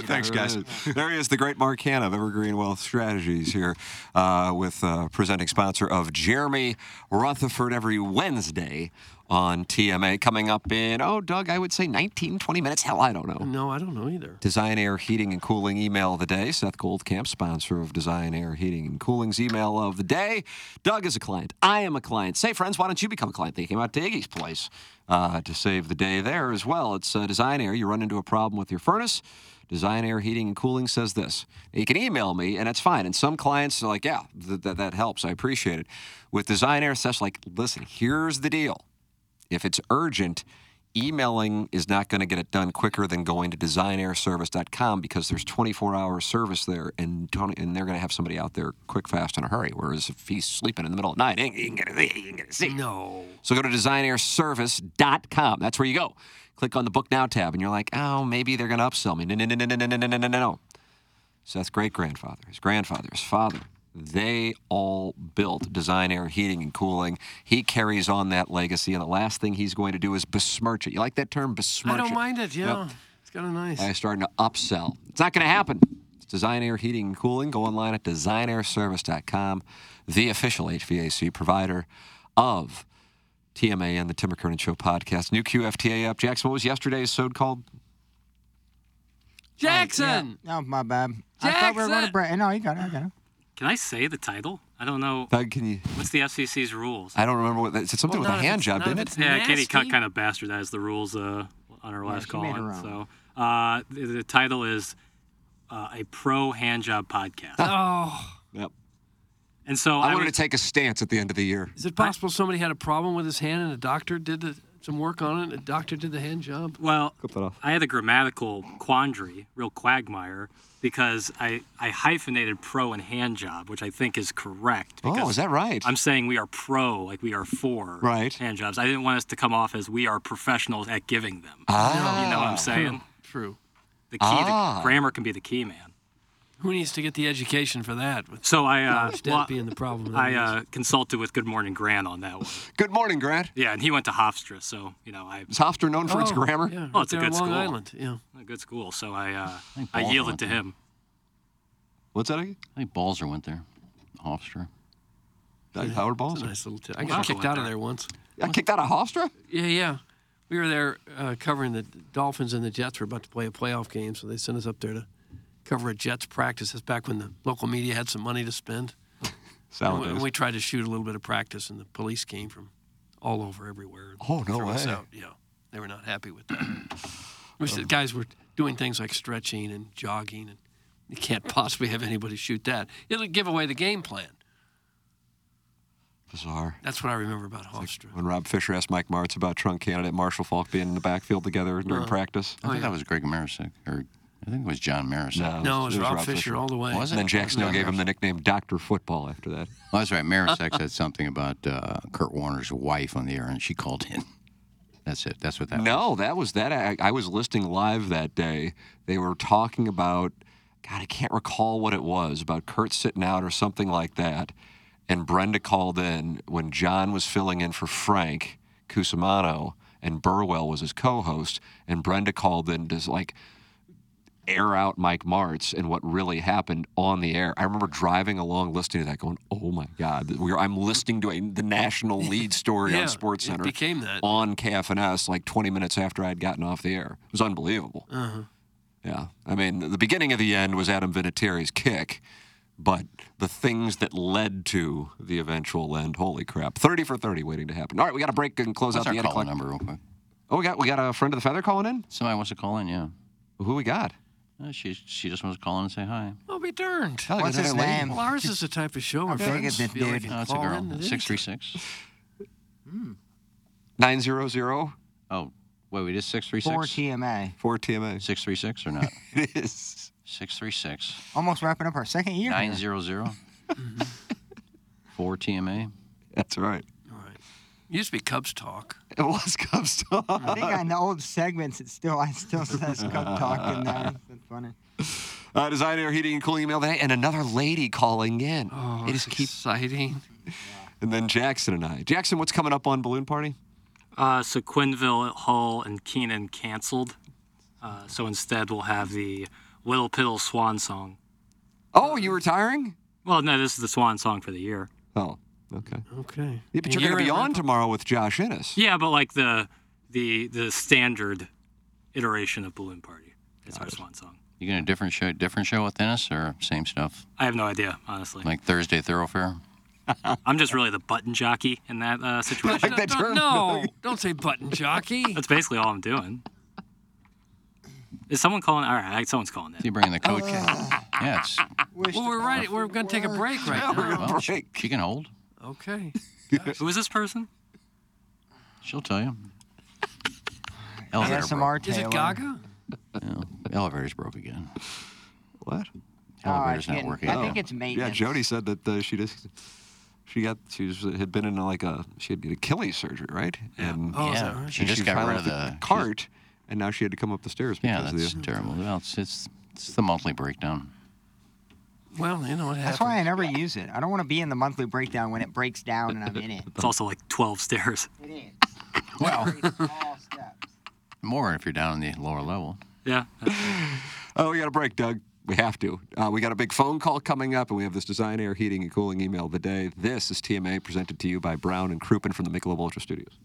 [SPEAKER 6] Thanks, guys. there is the great Mark Hanna of Evergreen Wealth Strategies here uh, with uh, presenting sponsor of Jeremy Rutherford every Wednesday on TMA. Coming up in, oh, Doug, I would say 19, 20 minutes. Hell, I don't know.
[SPEAKER 7] Oh, No, I don't know either.
[SPEAKER 6] Design Air Heating and Cooling email of the day. Seth Goldcamp, sponsor of Design Air Heating and Cooling's email of the day. Doug is a client. I am a client. Say, friends, why don't you become a client? They came out to Iggy's place uh, to save the day there as well. It's uh, Design Air. You run into a problem with your furnace. Design Air Heating and Cooling says this. You can email me, and it's fine. And some clients are like, yeah, th- th- that helps. I appreciate it. With Design Air, Seth's like, listen, here's the deal. If it's urgent, emailing is not going to get it done quicker than going to designairservice.com because there's 24-hour service there, and 20, and they're going to have somebody out there quick, fast, in a hurry. Whereas if he's sleeping in the middle of the night, eh, he ain't going to see.
[SPEAKER 9] Oh,
[SPEAKER 7] No.
[SPEAKER 6] So go to designairservice.com. That's where you go. Click on the book now tab, and you're like, oh, maybe they're going to upsell me. No, no, no, no, no, no, no, no, no, no. Seth's great grandfather, his grandfather, his father, they all built Design Air Heating and Cooling. He carries on that legacy, and the last thing he's going to do is besmirch it. You like that term, besmirch
[SPEAKER 7] I don't
[SPEAKER 6] it?
[SPEAKER 7] mind it. Yeah,
[SPEAKER 6] Yep.
[SPEAKER 7] it's kind of nice.
[SPEAKER 6] By starting to upsell. It's not going to happen. It's Design Air Heating and Cooling. Go online at designairservice.com, the official HVAC provider of TMA and the Tim McKernan Show podcast. New QFTA up. Jackson, what was yesterday's sode called?
[SPEAKER 7] Jackson.
[SPEAKER 8] No, Oh, my bad. I thought we were going to break. No, you got it. I got it.
[SPEAKER 9] Can I say the title? I don't know.
[SPEAKER 6] Doug, Uh, can you?
[SPEAKER 9] What's the FCC's rules?
[SPEAKER 6] I don't remember what that. It's something with
[SPEAKER 9] Well, not
[SPEAKER 6] a
[SPEAKER 9] if
[SPEAKER 6] hand
[SPEAKER 9] it's-
[SPEAKER 6] job,
[SPEAKER 9] not if
[SPEAKER 6] didn't
[SPEAKER 9] it's
[SPEAKER 6] it?
[SPEAKER 9] Yeah, Katie Cut kind of bastardized the rules uh, on her last
[SPEAKER 8] she
[SPEAKER 9] call.
[SPEAKER 8] made her
[SPEAKER 9] and
[SPEAKER 8] own.
[SPEAKER 9] So uh, the, the title is uh, a pro hand job podcast.
[SPEAKER 7] Oh.
[SPEAKER 6] Yep.
[SPEAKER 9] And so
[SPEAKER 6] I
[SPEAKER 9] I,
[SPEAKER 6] wanted
[SPEAKER 9] was-
[SPEAKER 6] to take a stance at the end of the year.
[SPEAKER 7] Is it possible somebody had a problem with his hand and a doctor did the, some work on it? And a doctor did the hand job.
[SPEAKER 9] well,
[SPEAKER 6] Clip that off.
[SPEAKER 9] I had a grammatical quandary, real quagmire, because I, I hyphenated pro and hand job, which I think is correct.
[SPEAKER 6] Oh,
[SPEAKER 9] because
[SPEAKER 6] is that right?
[SPEAKER 9] I'm saying we are pro, like we are for
[SPEAKER 6] Right.
[SPEAKER 9] hand jobs. I didn't want us to come off as we are professionals at giving them.
[SPEAKER 6] Ah.
[SPEAKER 9] You know what I'm saying?
[SPEAKER 7] True.
[SPEAKER 9] The key,
[SPEAKER 7] Ah.
[SPEAKER 9] the grammar can be the key, man.
[SPEAKER 7] Who needs to get the education for that? With
[SPEAKER 9] So I, uh,
[SPEAKER 7] Josh Depp
[SPEAKER 9] well,
[SPEAKER 7] being the problem.
[SPEAKER 9] I
[SPEAKER 7] that
[SPEAKER 9] uh, consulted with Good Morning Grant on that one.
[SPEAKER 6] Good morning, Grant.
[SPEAKER 9] Yeah, and he went to Hofstra, so you know I.
[SPEAKER 6] Is Hofstra known for its
[SPEAKER 9] Oh,
[SPEAKER 6] grammar?
[SPEAKER 9] yeah, Oh, it's a
[SPEAKER 7] there on
[SPEAKER 9] good
[SPEAKER 7] Long
[SPEAKER 9] school.
[SPEAKER 7] Island, yeah.
[SPEAKER 9] A good school, so I uh,
[SPEAKER 5] think
[SPEAKER 9] I
[SPEAKER 5] Ball's
[SPEAKER 9] yielded
[SPEAKER 5] went
[SPEAKER 9] to
[SPEAKER 5] there.
[SPEAKER 9] him.
[SPEAKER 6] What's that again?
[SPEAKER 5] I think Balzer went there. Hofstra.
[SPEAKER 6] Doug Howard
[SPEAKER 7] is.
[SPEAKER 6] Balzer.
[SPEAKER 7] Nice little t- I got kicked out of there once.
[SPEAKER 6] I kicked out of Hofstra?
[SPEAKER 7] Yeah, yeah. We were there uh, covering the Dolphins and the Jets were about to play a playoff game, so they sent us up there to cover a Jets practice. That's back when the local media had some money to spend. and,
[SPEAKER 6] Salad
[SPEAKER 7] we,
[SPEAKER 6] days.
[SPEAKER 7] and we tried to shoot a little bit of practice, and the police came from all over everywhere. and
[SPEAKER 6] Oh, no
[SPEAKER 7] threw Us
[SPEAKER 6] way. Oh.
[SPEAKER 7] out. Yeah, they were not happy with that. We said, guys were doing things like stretching and jogging, and you can't possibly have anybody shoot that. It'll give away the game plan.
[SPEAKER 6] Bizarre.
[SPEAKER 7] That's what I remember about Hofstra.
[SPEAKER 6] When Rob Fisher asked Mike Martz about Trump candidate Marshall Falk being in the backfield together during
[SPEAKER 7] Uh,
[SPEAKER 6] practice.
[SPEAKER 5] I think that was Greg Marisick, or I think it was John Marisick.
[SPEAKER 6] No,
[SPEAKER 7] No, it was Rob Fisher all the way.
[SPEAKER 5] Was it?
[SPEAKER 6] And then Jack Snow
[SPEAKER 5] Yeah,
[SPEAKER 6] gave him
[SPEAKER 5] Marisick.
[SPEAKER 6] the nickname Doctor Football after that.
[SPEAKER 5] Well, that's right. Marisak said something about uh, Kurt Warner's wife on the air, and she called in. That's it. That's what that
[SPEAKER 6] No, that was that. I, I was listening live that day. They were talking about, God, I can't recall what it was, about Kurt sitting out or something like that. And Brenda called in when John was filling in for Frank Cusimano and Burwell was his co host. And Brenda called in to like air out Mike Martz and what really happened on the air. I remember driving along listening to that going, oh my God, we I'm listening to a, the national lead story
[SPEAKER 7] Yeah,
[SPEAKER 6] on Sports
[SPEAKER 7] it
[SPEAKER 6] Center
[SPEAKER 7] became that.
[SPEAKER 6] on KFNS like 20 minutes after I'd gotten off the air. It was unbelievable.
[SPEAKER 7] Uh-huh.
[SPEAKER 6] Yeah. I mean, the beginning of the end was Adam Vinatieri's kick, but the things that led to the eventual end, holy crap. 30 for 30 waiting to happen. All right, we got a break and close
[SPEAKER 5] What's
[SPEAKER 6] out
[SPEAKER 5] our
[SPEAKER 6] the
[SPEAKER 5] call
[SPEAKER 6] end
[SPEAKER 5] number real quick?
[SPEAKER 6] Oh, we got we got a friend of the feather calling in?
[SPEAKER 5] Somebody wants to call in, yeah.
[SPEAKER 6] Who we got?
[SPEAKER 5] Uh, she, she just wants to call in and say hi.
[SPEAKER 7] I'll be darned.
[SPEAKER 5] Oh, What's there's his another lady. name?
[SPEAKER 7] Well, ours is the type of show where
[SPEAKER 5] I figured
[SPEAKER 7] friends
[SPEAKER 5] that
[SPEAKER 7] feel like
[SPEAKER 5] dude-
[SPEAKER 7] they
[SPEAKER 5] No, Oh, it's a
[SPEAKER 7] call
[SPEAKER 5] girl.
[SPEAKER 7] in. It Hmm. is.
[SPEAKER 5] 636.
[SPEAKER 6] 900.
[SPEAKER 5] Oh, wait, wait, is 636?
[SPEAKER 8] Four TMA.
[SPEAKER 6] 4 TMA.
[SPEAKER 5] 636 or not?
[SPEAKER 6] it is.
[SPEAKER 5] 636.
[SPEAKER 8] Almost wrapping up our second year. here.
[SPEAKER 5] 900.
[SPEAKER 7] Mm-hmm.
[SPEAKER 5] 4 TMA.
[SPEAKER 6] That's right.
[SPEAKER 7] Used to be Cubs talk.
[SPEAKER 6] It was Cubs talk.
[SPEAKER 8] I think on the old segments, it still I still says cup talk in there. That's funny.
[SPEAKER 6] Uh, design air heating and cooling email today, and another lady calling in. Oh, it is
[SPEAKER 7] exciting.
[SPEAKER 6] And then Jackson and I. Jackson, what's coming up on Balloon Party?
[SPEAKER 9] Uh, so Quinville, Hull, and Keenan canceled. Uh, so instead, we'll have the Little Piddle Swan Song.
[SPEAKER 6] Oh, you retiring?
[SPEAKER 9] Well, no, this is the Swan Song for the year.
[SPEAKER 6] Oh, okay.
[SPEAKER 7] Okay.
[SPEAKER 6] Yeah, but you're going to be on tomorrow with Josh Ennis.
[SPEAKER 9] Yeah, but like the the the standard iteration of Balloon Party. It's our Swan Song.
[SPEAKER 5] You getting a different show, different show with Dennis or same stuff?
[SPEAKER 9] I have no idea, honestly.
[SPEAKER 5] Like Thursday Thoroughfare?
[SPEAKER 9] I'm just really the button jockey in that uh, situation.
[SPEAKER 7] that term. No, don't say button jockey.
[SPEAKER 9] That's basically all I'm doing. Is someone calling? All right, someone's calling in.
[SPEAKER 5] You bringing the coach? Yeah, it's.
[SPEAKER 7] well, we're right. We're going to take a break right now.
[SPEAKER 5] well, she- She can hold.
[SPEAKER 7] Okay.
[SPEAKER 9] Who is this person?
[SPEAKER 5] She'll tell you.
[SPEAKER 8] ASMR
[SPEAKER 5] broke.
[SPEAKER 8] Is it Taylor. Gaga?
[SPEAKER 5] No, elevator's broke again. Uh,
[SPEAKER 6] What? Oh.
[SPEAKER 5] Elevator's not working.
[SPEAKER 6] Yeah, Jody said that uh, she just she got she was, had been in like a she had Achilles surgery, right? And
[SPEAKER 5] Oh, is that Yeah, right? she just got
[SPEAKER 6] fell
[SPEAKER 5] rid of
[SPEAKER 6] off
[SPEAKER 5] the-
[SPEAKER 6] cart, and now she had to come up the stairs.
[SPEAKER 5] Yeah,
[SPEAKER 6] because of the-
[SPEAKER 5] that's terrible. Well, it's, it's it's the monthly breakdown.
[SPEAKER 7] Well, you know what
[SPEAKER 8] That's why I never use it. I don't want to be in the monthly breakdown when it breaks down and I'm in it.
[SPEAKER 9] It's also like 12 stairs.
[SPEAKER 5] Well, more if you're down in the lower level.
[SPEAKER 9] Yeah.
[SPEAKER 6] Oh, we got a break, Doug. We have to. Uh, we got a big phone call coming up, and we have this design, air, heating, and cooling email of the day. This is TMA presented to you by Brown and Crouppen from the Michelob Ultra Studios.